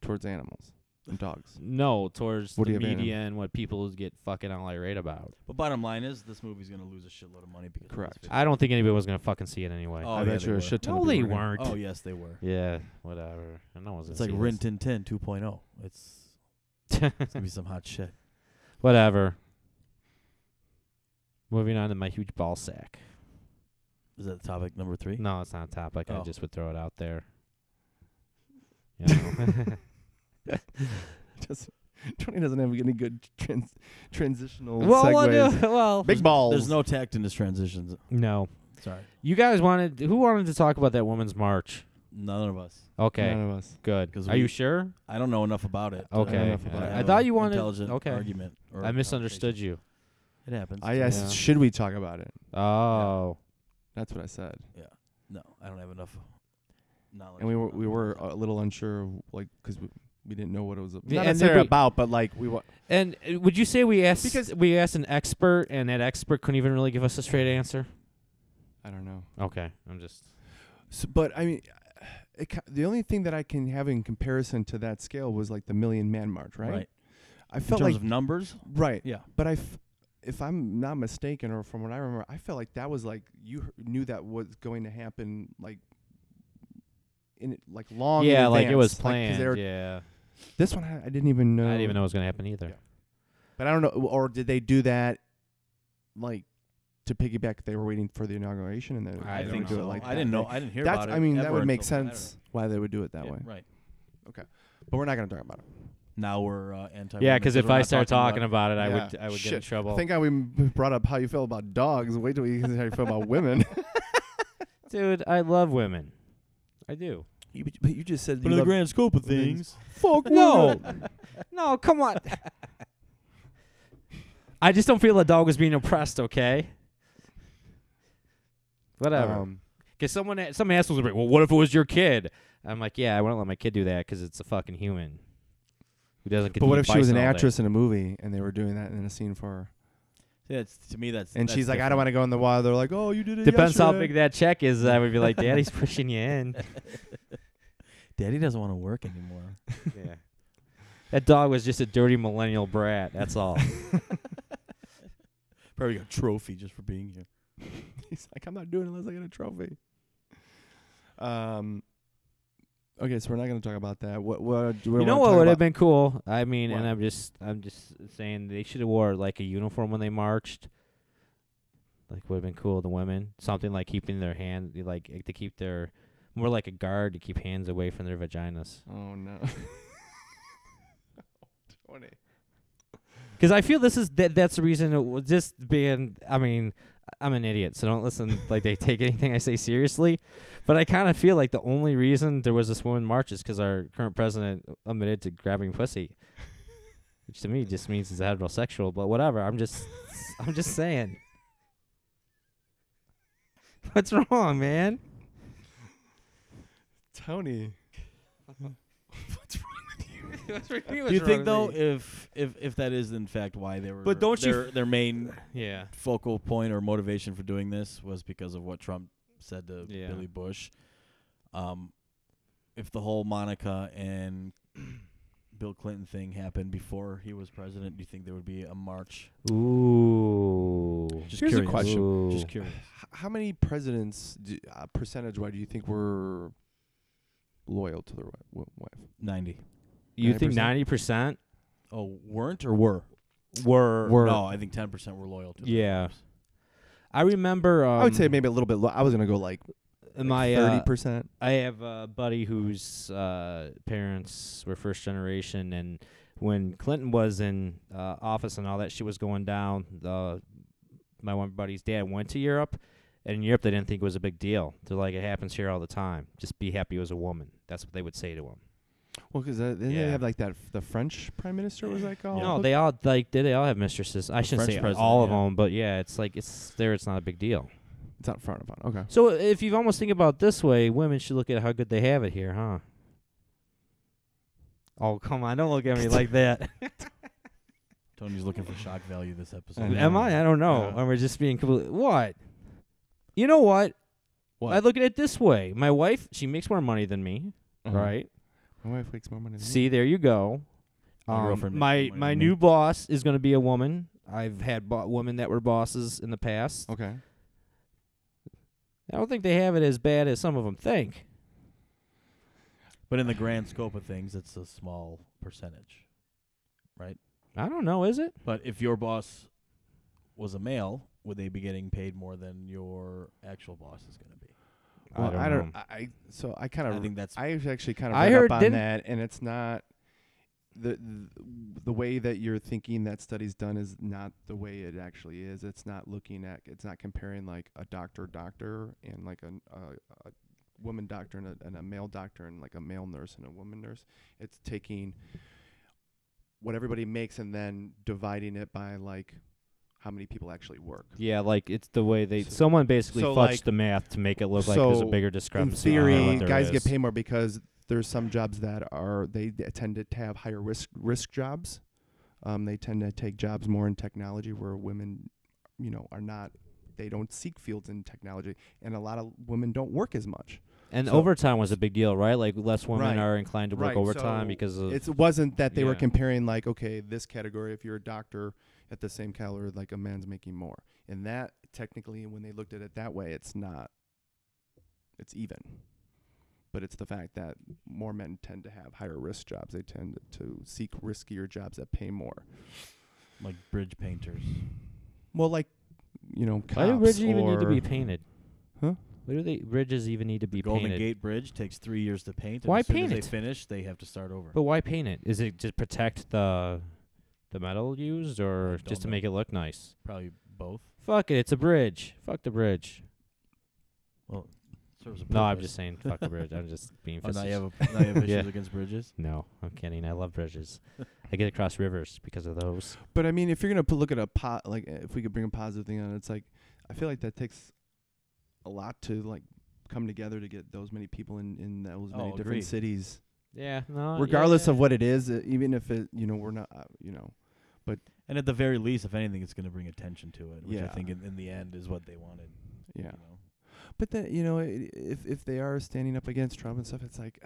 Speaker 2: towards animals and dogs.
Speaker 3: No, towards
Speaker 2: What do
Speaker 3: the
Speaker 2: you have, Adam?
Speaker 3: media and what people get fucking all irate about.
Speaker 4: But bottom line is, this movie's gonna lose a shitload of money because. of this
Speaker 2: Correct.
Speaker 4: video.
Speaker 3: I don't think anybody was gonna fucking see it anyway.
Speaker 4: Oh,
Speaker 2: I
Speaker 4: yeah,
Speaker 2: bet
Speaker 4: they
Speaker 2: you're
Speaker 4: were.
Speaker 2: a shit ton
Speaker 3: no,
Speaker 2: of
Speaker 3: they
Speaker 2: people are gonna-
Speaker 3: weren't.
Speaker 4: Oh yes, they were.
Speaker 3: yeah, whatever. I know was
Speaker 4: It's like Rin Tin Tin 2.0. oh. It's
Speaker 3: *laughs*
Speaker 4: it's gonna be some hot shit.
Speaker 3: whatever. Moving on to my huge ball sack.
Speaker 4: Is that topic number three?
Speaker 3: No, it's not a topic. I
Speaker 4: Oh.
Speaker 3: just would throw it out there. You know?
Speaker 2: Just, Tony doesn't have any good trans, transitional
Speaker 3: *laughs* well, what
Speaker 2: segues.
Speaker 3: do- *laughs* well,
Speaker 2: Big balls.
Speaker 4: There's no tact in his transitions.
Speaker 3: no.
Speaker 4: Sorry,
Speaker 3: You guys wanted who wanted to talk about that women's march?
Speaker 4: none of us.
Speaker 3: Okay,
Speaker 2: None of us.
Speaker 3: good.
Speaker 4: 'Cause
Speaker 3: Are you
Speaker 4: we-
Speaker 3: sure?
Speaker 4: I don't know enough about it. to
Speaker 3: Okay,
Speaker 4: have
Speaker 2: enough about
Speaker 4: a
Speaker 2: it.
Speaker 3: I thought you wanted-
Speaker 4: intelligent
Speaker 3: okay.
Speaker 4: argument. Or
Speaker 3: I misunderstood you.
Speaker 4: conversation. It happens.
Speaker 2: I asked,
Speaker 3: Yeah.
Speaker 2: should we talk about it?
Speaker 3: Oh,
Speaker 2: That's what I said.
Speaker 4: No, I don't have enough knowledge.
Speaker 2: And we were
Speaker 4: about
Speaker 2: we
Speaker 4: it.
Speaker 2: were a little unsure, of, like, because we, we didn't know what it was ab-
Speaker 3: Yeah,
Speaker 2: not
Speaker 3: and
Speaker 2: necessarily
Speaker 3: then we-
Speaker 2: about, but like we wa-
Speaker 3: and uh, would you say we asked
Speaker 2: Because-
Speaker 3: because we asked an expert and that expert couldn't even really give us a straight answer?
Speaker 2: I don't know.
Speaker 3: Okay, I'm just
Speaker 2: So, but I mean, it, ki- the only thing that I can have in comparison to that scale was like the Million Man March, right?
Speaker 4: right.
Speaker 2: I
Speaker 4: In
Speaker 2: felt
Speaker 4: terms
Speaker 2: like
Speaker 4: of numbers,
Speaker 2: right.
Speaker 4: yeah.
Speaker 2: But I, f- if I'm not mistaken, or from what I remember, I felt like that was like you h- knew that was going to happen, like in it- like long. in
Speaker 3: yeah, like it was
Speaker 2: advance, like, 'cause
Speaker 3: planned.
Speaker 2: they were-
Speaker 3: yeah,
Speaker 2: This one I, I didn't even know.
Speaker 3: I didn't even know it was gonna happen either.
Speaker 2: Yeah. But I don't know, or did they do that, like to piggyback? They were waiting for the inauguration, and then
Speaker 3: I
Speaker 2: they
Speaker 3: think
Speaker 2: would do it
Speaker 3: so.
Speaker 2: like
Speaker 4: I
Speaker 2: that.
Speaker 4: didn't know.
Speaker 2: Like,
Speaker 4: I didn't hear
Speaker 2: that's.
Speaker 4: about it.
Speaker 2: I mean, that
Speaker 4: ever
Speaker 2: would make
Speaker 4: until- I don't
Speaker 2: sense why they would do it that
Speaker 4: know.
Speaker 2: way.
Speaker 4: Yeah, Right
Speaker 2: But we're not gonna talk about it.
Speaker 4: now we're uh, anti.
Speaker 3: Yeah, because if I start talking about
Speaker 4: about
Speaker 3: it, I
Speaker 2: Yeah.
Speaker 3: would I would get in
Speaker 2: Shit.
Speaker 3: trouble.
Speaker 2: I think I we *laughs* m- brought up how you feel about dogs. Wait till you how you feel about
Speaker 3: *laughs*
Speaker 2: women.
Speaker 3: Dude, I love women. I do.
Speaker 2: you, but you just said
Speaker 4: but in the grand scope of
Speaker 2: things-
Speaker 4: things,
Speaker 2: fuck
Speaker 3: No, *laughs* no, come on. I just don't feel the dog was being oppressed. Okay. Whatever.
Speaker 2: Um,
Speaker 3: Cause someone, a- some assholes would be, like, well, what if it was your kid? I'm like, yeah, I wouldn't let my kid do that because it's a fucking human who doesn't get.
Speaker 2: but
Speaker 3: to
Speaker 2: what
Speaker 3: eat
Speaker 2: if she was
Speaker 3: bison
Speaker 2: an
Speaker 3: all day."
Speaker 2: actress in a movie and they were doing that in a scene for her?
Speaker 4: yeah, it's, to me that's.
Speaker 2: And she's like, I don't want to go in the wild. They're like, oh, you did it.
Speaker 3: Depends how
Speaker 2: yesterday."
Speaker 3: big that check is. I would be like, Daddy's pushing you in.
Speaker 4: Daddy doesn't want to work anymore.
Speaker 3: yeah. That dog was just a dirty millennial brat. That's
Speaker 2: *laughs*
Speaker 3: all.
Speaker 4: Probably got a trophy just for being here.
Speaker 2: *laughs* He's like, I'm not doing it unless I get a trophy. Um. Okay, so we're not going to talk about that. What? What? Do we
Speaker 3: you know
Speaker 2: wanna
Speaker 3: what
Speaker 2: talk
Speaker 3: would have
Speaker 2: about?
Speaker 3: been cool? I mean, and
Speaker 2: What?
Speaker 3: I'm just I'm just saying they should have wore like a uniform when they marched. Like would have been cool. The women something like keeping their hand like to keep their more like a guard to keep hands away from their vaginas.
Speaker 2: Oh no. *laughs* Tony.
Speaker 3: Because I feel this is that that's the reason it was just being. I mean, I'm an idiot, so don't listen like they take anything I say seriously. But I kind of feel like the only reason there was this woman march is because our current president admitted to grabbing pussy. which to me just means he's heterosexual. But whatever. I'm just, *laughs* I'm just saying. *laughs* What's wrong, man?
Speaker 2: Tony.
Speaker 3: What's wrong- what's
Speaker 4: Do you think
Speaker 3: wrong
Speaker 4: though
Speaker 3: with me?
Speaker 4: if if if that is in fact why they were
Speaker 3: But don't you
Speaker 4: their, their main
Speaker 3: Yeah.
Speaker 4: focal point or motivation for doing this was because of what Trump said to
Speaker 3: Yeah.
Speaker 4: Billy Bush. Um, if the whole Monica and Bill Clinton thing happened before he was president, do you think there would be a march?
Speaker 3: Ooh.
Speaker 4: Just
Speaker 2: Here's a
Speaker 4: curious.
Speaker 2: question.
Speaker 3: Ooh.
Speaker 4: Just curious.
Speaker 2: H- *laughs* how many presidents, do, uh, percentage wise, do you think were loyal to their wi- wi- wife?
Speaker 4: Ninety.
Speaker 3: You think
Speaker 2: 90%?
Speaker 3: ninety percent
Speaker 4: Oh, weren't or were?
Speaker 3: were
Speaker 4: No, I think ten percent were loyal to. their
Speaker 3: Yeah.
Speaker 4: wives.
Speaker 3: I remember. Um,
Speaker 2: I would say maybe a little bit. Low. I was gonna go like
Speaker 3: my
Speaker 2: thirty
Speaker 3: uh,
Speaker 2: percent.
Speaker 3: I have a buddy whose uh, parents were first generation, and when Clinton was in uh, office and all that shit was going down, the, my one buddy's dad went to Europe, and in Europe they didn't think it was a big deal. They're like, it happens here all the time. Just be happy as a woman. That's what they would say to him.
Speaker 2: Well, because then
Speaker 3: yeah.
Speaker 2: they have like that f- the French prime minister was that called?
Speaker 3: No, they all like they, they all have mistresses. I shouldn't
Speaker 4: French
Speaker 3: say
Speaker 4: president,
Speaker 3: all of
Speaker 4: yeah.
Speaker 3: them, but yeah, it's like it's there. It's not a big deal.
Speaker 2: it's not frowned upon.
Speaker 3: *laughs*
Speaker 2: Okay,
Speaker 3: So if you almost think about it this way, women should look at how good they have it here, huh? Oh come on! Don't look at *laughs* me like that.
Speaker 4: Tony's looking for shock value this episode.
Speaker 2: I know.
Speaker 3: Am I? I don't know.
Speaker 2: Yeah.
Speaker 3: Or we're just being completely what? You know what?
Speaker 2: What?
Speaker 3: I look at it this way. My wife, she makes more money than me,
Speaker 2: *laughs* Uh-huh. Mm-hmm.
Speaker 3: right?
Speaker 2: My wife makes more money. Than
Speaker 3: See, there you go.
Speaker 4: My
Speaker 3: Um,
Speaker 4: girlfriend makes more
Speaker 3: my
Speaker 4: money
Speaker 3: my
Speaker 4: than me.
Speaker 3: new boss is going to be a woman. I've had bo- women that were bosses in the past.
Speaker 2: me. Okay.
Speaker 3: I don't think they have it as bad as some of them think.
Speaker 4: But in the grand scope of things, it's a small percentage.
Speaker 3: I don't know. Is it?
Speaker 4: But if your boss was a male, would they be getting paid more than your actual boss is going to be?
Speaker 2: Well, I
Speaker 3: know.
Speaker 2: don't. I, I so I kind
Speaker 4: I
Speaker 2: of
Speaker 4: think that's
Speaker 2: I was actually kind of
Speaker 3: I
Speaker 2: read
Speaker 3: heard-
Speaker 2: up on
Speaker 3: didn't-
Speaker 2: that, and it's not the th- the way that you're thinking that study's done is not the way it actually is. It's not looking at. It's not comparing like a doctor doctor and like an- a a, woman doctor and a, and a male doctor and like a male nurse and a woman nurse. It's taking what everybody makes and then dividing it by like how many people actually work.
Speaker 3: Yeah, like it's the way they.
Speaker 2: So-
Speaker 3: someone basically
Speaker 2: so,
Speaker 3: fudged
Speaker 2: like-
Speaker 3: the math to make it look like there's a
Speaker 2: so,
Speaker 3: bigger
Speaker 2: in
Speaker 3: discrepancy. than
Speaker 2: theory,
Speaker 3: what there
Speaker 2: guys get
Speaker 3: is.
Speaker 2: paid more because there's some jobs that are they d- tend to have higher risk risk jobs. Um, they tend to take jobs more in technology where women, you know, are not. They don't seek fields in technology, and a lot of women don't work as much.
Speaker 3: And
Speaker 2: so-
Speaker 3: overtime was a big deal, right? Like less women
Speaker 2: Right.
Speaker 3: are inclined to work
Speaker 2: Right,
Speaker 3: overtime
Speaker 2: so
Speaker 3: because of.
Speaker 2: It's- It wasn't that they were
Speaker 3: Yeah.
Speaker 2: comparing like, okay, this category, if you're a doctor at the same calorie, like a man's making more, and that technically, when they looked at it that way, it's not. It's even, but it's the fact that more men tend to have higher risk jobs. They tend to seek riskier jobs that pay more.
Speaker 4: like bridge painters.
Speaker 2: Well, like, you know,
Speaker 3: why
Speaker 2: cops
Speaker 3: do bridges even need to be
Speaker 2: or-
Speaker 3: painted?
Speaker 2: Huh?
Speaker 3: Why do they bridges even need to be
Speaker 4: Golden
Speaker 3: painted?
Speaker 4: Gate Bridge takes three years to paint. And
Speaker 3: Why
Speaker 4: as soon
Speaker 3: paint
Speaker 4: as
Speaker 3: it?
Speaker 4: They finish, they have to start over.
Speaker 3: But why paint it? Is it to protect the the metal used, or
Speaker 4: I
Speaker 3: just
Speaker 4: don't
Speaker 3: to
Speaker 4: know.
Speaker 3: make it look nice?
Speaker 4: Probably both.
Speaker 3: Fuck it, it's a bridge. Fuck the bridge.
Speaker 4: Well, serves a
Speaker 3: No, I'm
Speaker 4: purpose.
Speaker 3: just saying, fuck the
Speaker 4: *laughs*
Speaker 3: bridge. I'm *laughs* just being.
Speaker 4: Oh, now you
Speaker 3: facetious.
Speaker 4: have a, now you have
Speaker 3: *laughs*
Speaker 4: issues
Speaker 3: Yeah.
Speaker 4: against bridges.
Speaker 3: no, I'm kidding. I love *laughs* bridges. I get across rivers because of those.
Speaker 2: But I mean, if you're gonna put, look at a pot, like uh, if we could bring a positive thing on, it, it's like I feel like that takes a lot to like come together to get those many people in in those many
Speaker 4: Oh,
Speaker 2: different
Speaker 4: agreed. Uh,
Speaker 2: cities,
Speaker 3: Yeah, no.
Speaker 2: regardless
Speaker 3: yeah.
Speaker 2: of what it is. Uh, even if it, you know, we're not, uh, you know,
Speaker 4: And at the very least, if anything, it's going to bring attention to it, which I
Speaker 2: Yeah.
Speaker 4: think in, in the end is what they wanted.
Speaker 2: yeah.
Speaker 4: You know?
Speaker 2: But then you know, i if if they are standing up against Trump and stuff, it's like,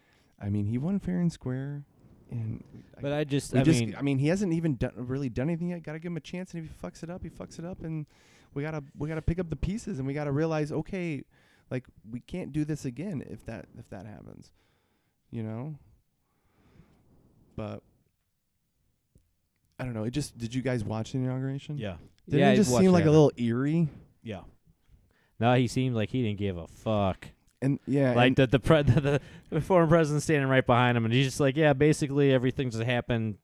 Speaker 2: *sighs* I mean, he won fair and square, and
Speaker 3: But I just,
Speaker 2: we
Speaker 3: I
Speaker 2: just,
Speaker 3: mean,
Speaker 2: I mean, he hasn't even done, really done anything yet. Got to give him a chance, and if he fucks it up, he fucks it up, and we gotta we gotta pick up the pieces, and we gotta realize, okay, like we can't do this again if that if that happens, you know. But I don't know. It just did you guys watch the inauguration?
Speaker 4: Yeah.
Speaker 2: Didn't
Speaker 3: yeah,
Speaker 2: it just seem like a little eerie?
Speaker 4: Yeah.
Speaker 3: No, he seemed like he didn't give a fuck.
Speaker 2: And yeah,
Speaker 3: like
Speaker 2: and-
Speaker 3: the the, pre- *laughs* the the foreign president standing right behind him, and he's just like, yeah, basically everything just happened.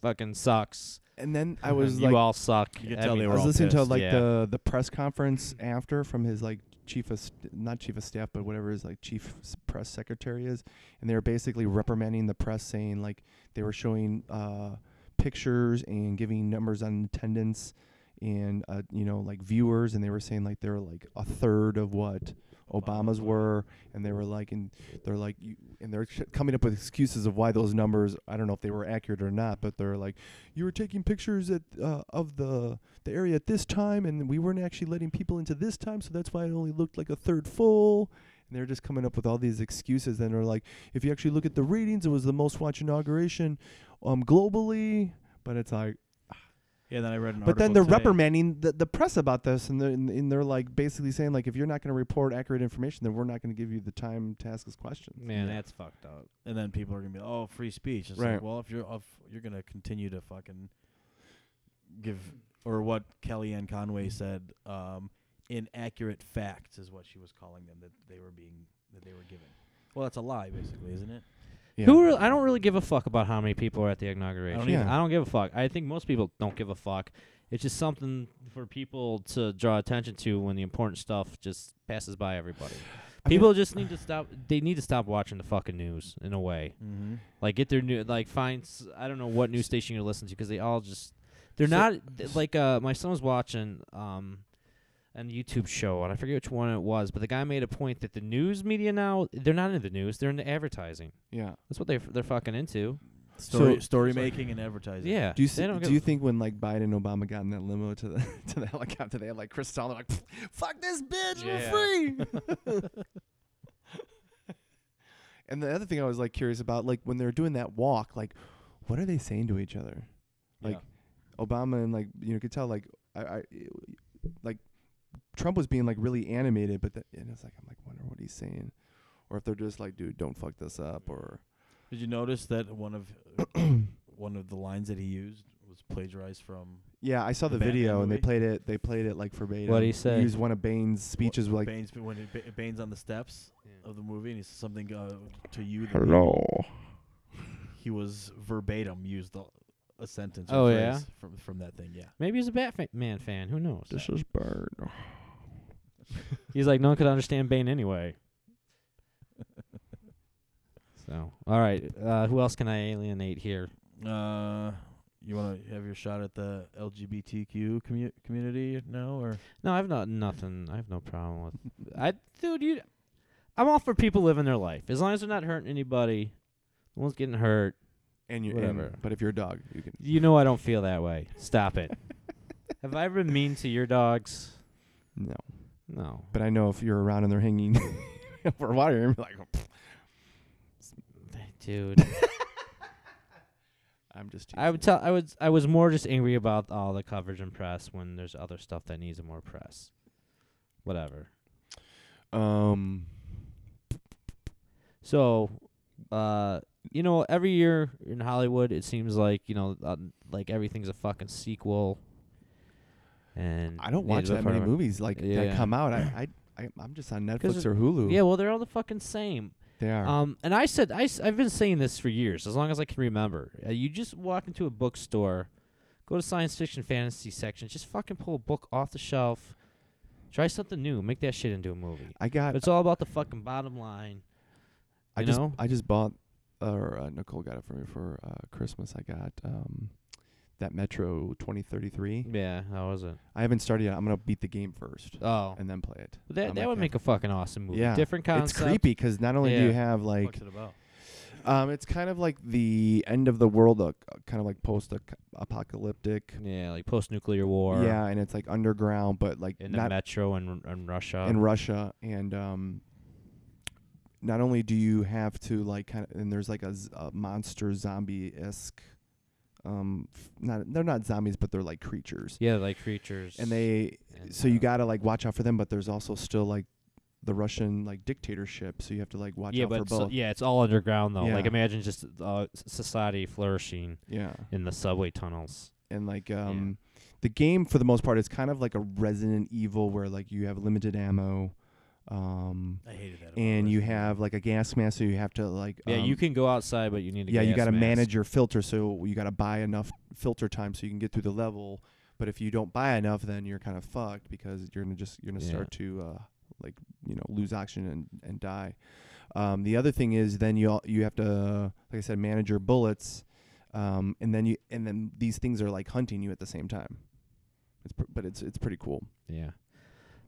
Speaker 3: Fucking sucks.
Speaker 2: and
Speaker 3: *laughs*
Speaker 2: then I was
Speaker 3: you
Speaker 2: like,
Speaker 3: all suck.
Speaker 4: You could
Speaker 3: I
Speaker 4: tell
Speaker 3: mean,
Speaker 4: they
Speaker 2: I
Speaker 4: were
Speaker 2: was
Speaker 4: all
Speaker 2: listening to
Speaker 4: pissed,
Speaker 2: like
Speaker 3: yeah.
Speaker 2: the the press conference after from his like chief of st- not chief of staff but whatever his like chief s- press secretary is, and they were basically reprimanding the press, saying like they were showing uh, pictures and giving numbers on attendance and uh, you know like viewers and they were saying like they were like a third of what Obama's were and they were like and they're like you, and they're sh- coming up with excuses of why those numbers I don't know if they were accurate or not but they're like you were taking pictures at uh, of the the area at this time and we weren't actually letting people into this time so that's why it only looked like a third full and they're just coming up with all these excuses and they're like if you actually look at the ratings it was the most watched inauguration um globally but it's like
Speaker 4: Yeah, then I read an
Speaker 2: but then
Speaker 4: article
Speaker 2: they're
Speaker 4: today.
Speaker 2: reprimanding the, the press about this, and they're, and, and they're like basically saying like, if you're not going to report accurate information, then we're not going to give you the time to ask us questions.
Speaker 3: Man,
Speaker 4: Yeah.
Speaker 3: that's fucked up.
Speaker 4: and then people are gonna be like, "Oh, free speech." It's
Speaker 2: Right.
Speaker 4: like, well, if you're if you're gonna continue to fucking give or what Kellyanne Conway said, um, inaccurate facts is what she was calling them that they were being that they were giving. Well, that's a lie, basically, isn't it?
Speaker 2: Yeah.
Speaker 3: Who re- I don't really give a fuck about how many people are at the inauguration.
Speaker 2: either. Yeah.
Speaker 3: I don't give a fuck. I think most people don't give a fuck. It's just something for people to draw attention to when the important stuff just passes by everybody.
Speaker 2: I mean-
Speaker 3: people just need to stop. They need to stop watching the fucking news in a way.
Speaker 4: Mm-hmm.
Speaker 3: Like get their new. Like find. s- I don't know what news station you listen to because they all just. They're
Speaker 4: So-
Speaker 3: not th- like uh, my son was watching um, an YouTube show and I forget which one it was, but the guy made a point that the news media now they're not into the news; they're into advertising.
Speaker 2: Yeah.
Speaker 3: That's what they they're fucking into.
Speaker 4: Story
Speaker 2: So-
Speaker 4: story making and advertising.
Speaker 3: Yeah.
Speaker 2: Do you
Speaker 3: they
Speaker 2: see,
Speaker 3: don't
Speaker 2: do
Speaker 3: give
Speaker 2: you
Speaker 3: a-
Speaker 2: think when like Biden and Obama got in that limo to the *laughs* to the helicopter, they had like Chris Stall, they're like, *laughs* "Fuck this bitch,
Speaker 3: Yeah.
Speaker 2: we're free."
Speaker 3: *laughs*
Speaker 2: *laughs* and the other thing I was like curious about, like when they're doing that walk, like what are they saying to each other? Like Obama and like you know, could tell like I, I e, like Trump was being like really animated, but the, and it's like I'm like wonder what he's saying, or if they're just like, dude, don't fuck this up, or
Speaker 4: Did you notice that one of *coughs* one of the lines that he used was plagiarized from
Speaker 2: yeah, I saw the,
Speaker 4: The Batman
Speaker 2: video and they
Speaker 4: movie?
Speaker 2: played it. They played it like verbatim.
Speaker 3: What'd he say?
Speaker 2: Used one of Bane's speeches, like
Speaker 4: Bane's when he, Ba- Bane's on the steps of the movie and he says something uh, to you. that
Speaker 2: hello.
Speaker 4: he was verbatim used the, a sentence.
Speaker 3: Oh,
Speaker 4: Or phrase
Speaker 3: yeah?
Speaker 4: from from that thing. Yeah, *laughs*
Speaker 3: Maybe he's a Batman fan. Who knows?
Speaker 2: is Bird.
Speaker 3: He's like, no one could understand Bane anyway. so, all right. Uh, who else can I alienate here?
Speaker 4: Uh, you want to have your shot at the LGBTQ commu- community now, or
Speaker 3: No, I've not nothing. I have no problem with. *laughs* I dude, you. I'm all for people living their life as long as they're not hurting anybody. No one's getting hurt.
Speaker 2: And you,
Speaker 3: Whatever.
Speaker 2: and- but if you're a dog, you can.
Speaker 3: You *laughs* know I don't feel that way. Stop it. Have I ever been mean to your dogs?
Speaker 2: *laughs* No,
Speaker 3: No.
Speaker 2: but I know if you're around and they're hanging *laughs* for water, you're like, "Oh, "Pfft,
Speaker 3: Dude.
Speaker 2: I'm just.
Speaker 3: I would tell I was I was more just angry about all the coverage and press when there's other stuff that needs more press. Whatever.
Speaker 2: tell. Um.
Speaker 3: So, uh, you know, every year in Hollywood, it seems like you know, uh, like everything's a fucking sequel. And
Speaker 2: I don't
Speaker 3: yeah,
Speaker 2: watch
Speaker 3: but
Speaker 2: that
Speaker 3: for-
Speaker 2: many movies like that
Speaker 3: Yeah.
Speaker 2: come out. I, I, I I'm just on
Speaker 3: 'Cause
Speaker 2: Netflix
Speaker 3: it-
Speaker 2: or Hulu.
Speaker 3: Yeah, well, they're all the fucking same.
Speaker 2: they are.
Speaker 3: Um, and I said I, have been saying this for years, as long as I can remember. Uh, you just walk into a bookstore, go to science fiction fantasy section, just fucking pull a book off the shelf, try something new, make that shit into a movie.
Speaker 2: I got.
Speaker 3: But it's all about the fucking bottom
Speaker 2: *laughs*
Speaker 3: line.
Speaker 2: I
Speaker 3: you
Speaker 2: just.
Speaker 3: know?
Speaker 2: I just bought. Or uh, Nicole got it for me for uh, Christmas. I got um, that Metro 2033.
Speaker 3: Yeah, how was it?
Speaker 2: I haven't started yet. I'm gonna beat the game first
Speaker 3: Oh,
Speaker 2: and then play it.
Speaker 3: But that
Speaker 2: on
Speaker 3: that
Speaker 2: my
Speaker 3: would make a fucking awesome movie.
Speaker 2: Yeah.
Speaker 3: Different
Speaker 2: camera. It's
Speaker 3: concept.
Speaker 2: creepy because not only do
Speaker 3: Yeah.
Speaker 2: you have like
Speaker 4: what's it about?
Speaker 2: Um, it's kind of like the end of the world, uh, kind of like post-apocalyptic.
Speaker 3: Yeah, like post nuclear war.
Speaker 2: Yeah, and it's like underground, but like
Speaker 3: In the
Speaker 2: not
Speaker 3: metro and and Russia.
Speaker 2: in Russia. And um, not only do you have to like kind of, and there's like a, z- a monster zombie esque. Um, f- not they're not zombies, but they're like creatures,
Speaker 3: yeah, like creatures.
Speaker 2: and they.
Speaker 3: and,
Speaker 2: So you
Speaker 3: uh,
Speaker 2: gotta like watch out for them, but there's also still like the Russian like dictatorship, so you have to like watch
Speaker 3: yeah,
Speaker 2: out
Speaker 3: but
Speaker 2: for
Speaker 3: it's-
Speaker 2: both.
Speaker 3: yeah, it's all underground though. Like
Speaker 2: Yeah.
Speaker 3: imagine just uh, s- society flourishing
Speaker 2: yeah.
Speaker 3: in the subway tunnels.
Speaker 2: and like um the game for the most part is kind of like a Resident Evil where like you have limited ammo um
Speaker 4: I hated that. about
Speaker 2: and you
Speaker 4: Resident Evil.
Speaker 2: have like a gas mask so you have to like
Speaker 3: yeah,
Speaker 2: um,
Speaker 3: you can go outside, but you need to.
Speaker 2: yeah you got
Speaker 3: gas
Speaker 2: to
Speaker 3: mask.
Speaker 2: manage your filter so you got to buy enough filter time so you can get through the level but if you don't buy enough then you're kind of fucked because you're going to just you're going to
Speaker 3: Yeah.
Speaker 2: start to uh like you know lose oxygen and and die um the other thing is then you al- you have to like I said manage your bullets um, and then you and then these things are like hunting you at the same time. It's pr- but it's it's pretty cool.
Speaker 3: Yeah.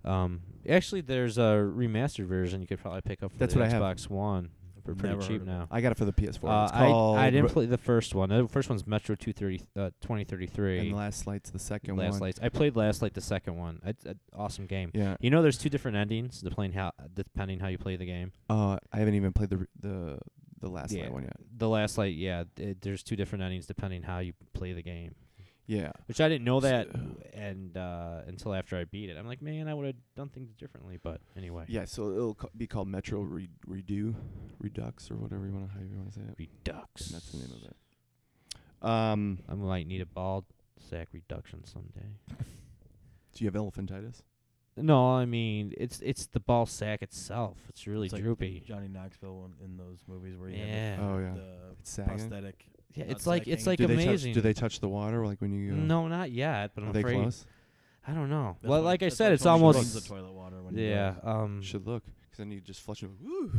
Speaker 3: Um. Actually, there's a remastered version you could probably pick up for
Speaker 2: That's
Speaker 3: the
Speaker 2: what I have.
Speaker 3: Xbox One for pretty
Speaker 4: Never heard
Speaker 3: cheap
Speaker 4: of it.
Speaker 3: now.
Speaker 2: I got it for the PS4.
Speaker 3: Uh,
Speaker 2: it's called
Speaker 3: I I didn't
Speaker 2: Ro-
Speaker 3: play the first one. The first one's Metro 230, uh,
Speaker 2: and
Speaker 3: 2033.
Speaker 2: Last Light's the second
Speaker 3: Last
Speaker 2: one.
Speaker 3: Lights. I played Last Light, the second one. It's an awesome game.
Speaker 2: Yeah.
Speaker 3: You know, there's two different endings depending how depending how you play the game.
Speaker 2: Uh, I haven't even played the r- the the Last
Speaker 3: Yeah.
Speaker 2: Light one yet.
Speaker 3: The Last Light, yeah, it, there's two different endings depending how you play the game.
Speaker 2: Yeah.
Speaker 3: Which I didn't know that,
Speaker 2: So-
Speaker 3: and uh, until after I beat it, I'm like, man, I would have done things differently. But anyway,
Speaker 2: Yeah, so it'll ca- be called Metro Re- Redo, Redux, or whatever you want to how you want to say it.
Speaker 3: Redux.
Speaker 2: That's the name of it. Um,
Speaker 3: I might need a bald sack reduction someday.
Speaker 2: do you have elephantitis?
Speaker 3: No, I mean it's it's the ball sack itself. It's really
Speaker 4: It's like
Speaker 3: droopy.
Speaker 4: Johnny Knoxville in, in those movies where you
Speaker 3: yeah.
Speaker 2: Oh
Speaker 4: had
Speaker 2: yeah,
Speaker 4: the,
Speaker 2: it's
Speaker 4: the
Speaker 2: sagging.
Speaker 4: prosthetic.
Speaker 3: yeah,
Speaker 4: nuts
Speaker 3: it's like
Speaker 4: that
Speaker 3: it's
Speaker 4: hang
Speaker 3: like
Speaker 2: do they
Speaker 3: amazing.
Speaker 2: touch? Do they touch the water like when you? Uh,
Speaker 3: No, not yet. But I'm
Speaker 2: are they
Speaker 3: afraid.
Speaker 2: close?
Speaker 3: I don't know.
Speaker 4: That's
Speaker 3: well,
Speaker 4: why-
Speaker 3: like I
Speaker 4: that's
Speaker 3: said,
Speaker 4: why
Speaker 3: it's
Speaker 4: Tony Schiavone runs
Speaker 3: almost
Speaker 4: the toilet water when he
Speaker 3: yeah.
Speaker 4: does.
Speaker 3: Um,
Speaker 2: Should look because then you just flush it. Woo.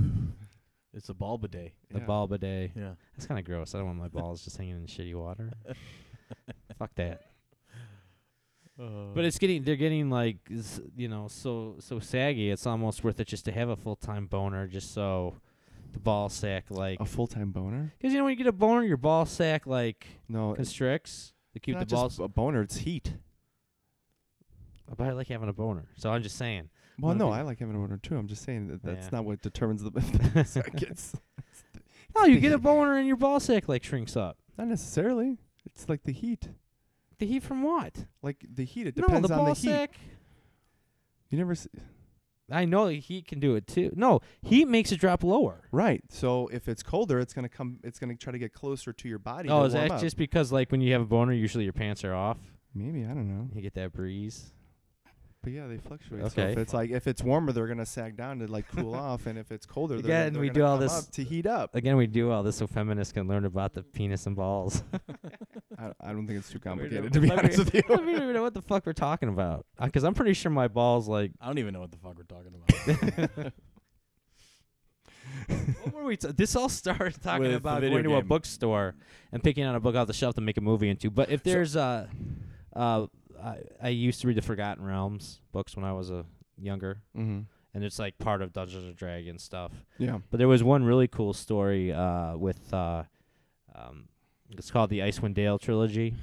Speaker 4: it's a ball bidet.
Speaker 3: the
Speaker 2: Yeah.
Speaker 3: ball bidet.
Speaker 4: Yeah,
Speaker 3: That's kind of gross. I don't want my balls just hanging in shitty
Speaker 4: *laughs*
Speaker 3: water. Fuck that. But it's getting they're getting like s- you know so so saggy. It's almost worth it just to have a full time boner just so the ball sack like
Speaker 2: A full time boner?
Speaker 3: because you know when you get a boner your ball sack like
Speaker 2: No, it's
Speaker 3: constricts to keep the
Speaker 2: not
Speaker 3: balls.
Speaker 2: just a boner. It's heat.
Speaker 3: But I like having a boner, so I'm just
Speaker 4: *laughs*
Speaker 3: saying.
Speaker 2: Well,
Speaker 3: Wanna
Speaker 2: no,
Speaker 3: be-
Speaker 2: I like having a boner too. I'm just saying that that's
Speaker 3: Yeah.
Speaker 2: not what determines the *laughs* best gets.
Speaker 3: *laughs* No, you get a boner and your ball sack like shrinks up.
Speaker 2: Not necessarily. It's like the heat.
Speaker 3: The heat from what?
Speaker 2: Like the heat. It
Speaker 3: no,
Speaker 2: depends
Speaker 3: the
Speaker 2: on
Speaker 3: ball
Speaker 2: the heat.
Speaker 3: sack.
Speaker 2: You never. s
Speaker 3: I know heat can do it too. No, heat makes it drop lower.
Speaker 2: Right. So if it's colder, it's gonna come. It's gonna try to get closer to your body.
Speaker 3: oh,
Speaker 2: to
Speaker 3: is
Speaker 2: warm
Speaker 3: that
Speaker 2: up.
Speaker 3: just because like when you have a boner, usually your pants are off.
Speaker 2: Maybe I don't know.
Speaker 3: You get that breeze.
Speaker 2: But yeah, they fluctuate. So
Speaker 3: Okay.
Speaker 2: if it's like if it's warmer, they're gonna sag down to like
Speaker 3: *laughs*
Speaker 2: cool off, and if it's colder, they're,
Speaker 3: Again,
Speaker 2: they're
Speaker 3: we
Speaker 2: gonna
Speaker 3: do all
Speaker 2: come
Speaker 3: this-
Speaker 2: up to heat up.
Speaker 3: *laughs* Again, we do all this so feminists can learn about the penis and balls. *laughs*
Speaker 2: I, I don't think it's too
Speaker 3: I don't
Speaker 2: complicated
Speaker 3: even
Speaker 2: to be
Speaker 3: *laughs* know- I
Speaker 2: honest with
Speaker 3: don't
Speaker 2: you. *laughs*
Speaker 3: even know what the fuck we're talking *laughs* about. Because Uh, I'm pretty sure my balls like.
Speaker 4: I don't even know what the fuck we're talking about.
Speaker 3: What were we? T- this all started talking
Speaker 4: With the
Speaker 3: about
Speaker 4: video
Speaker 3: going to a
Speaker 4: game.
Speaker 3: bookstore and picking out a book off the shelf to make a movie into. But if there's uh, uh, I, I used to read the Forgotten Realms books when I was a younger,
Speaker 2: mm-hmm.
Speaker 3: and it's like part of Dungeons and Dragons stuff.
Speaker 2: Yeah.
Speaker 3: But there was one really cool story uh, with uh, um, it's called the Icewind Dale trilogy,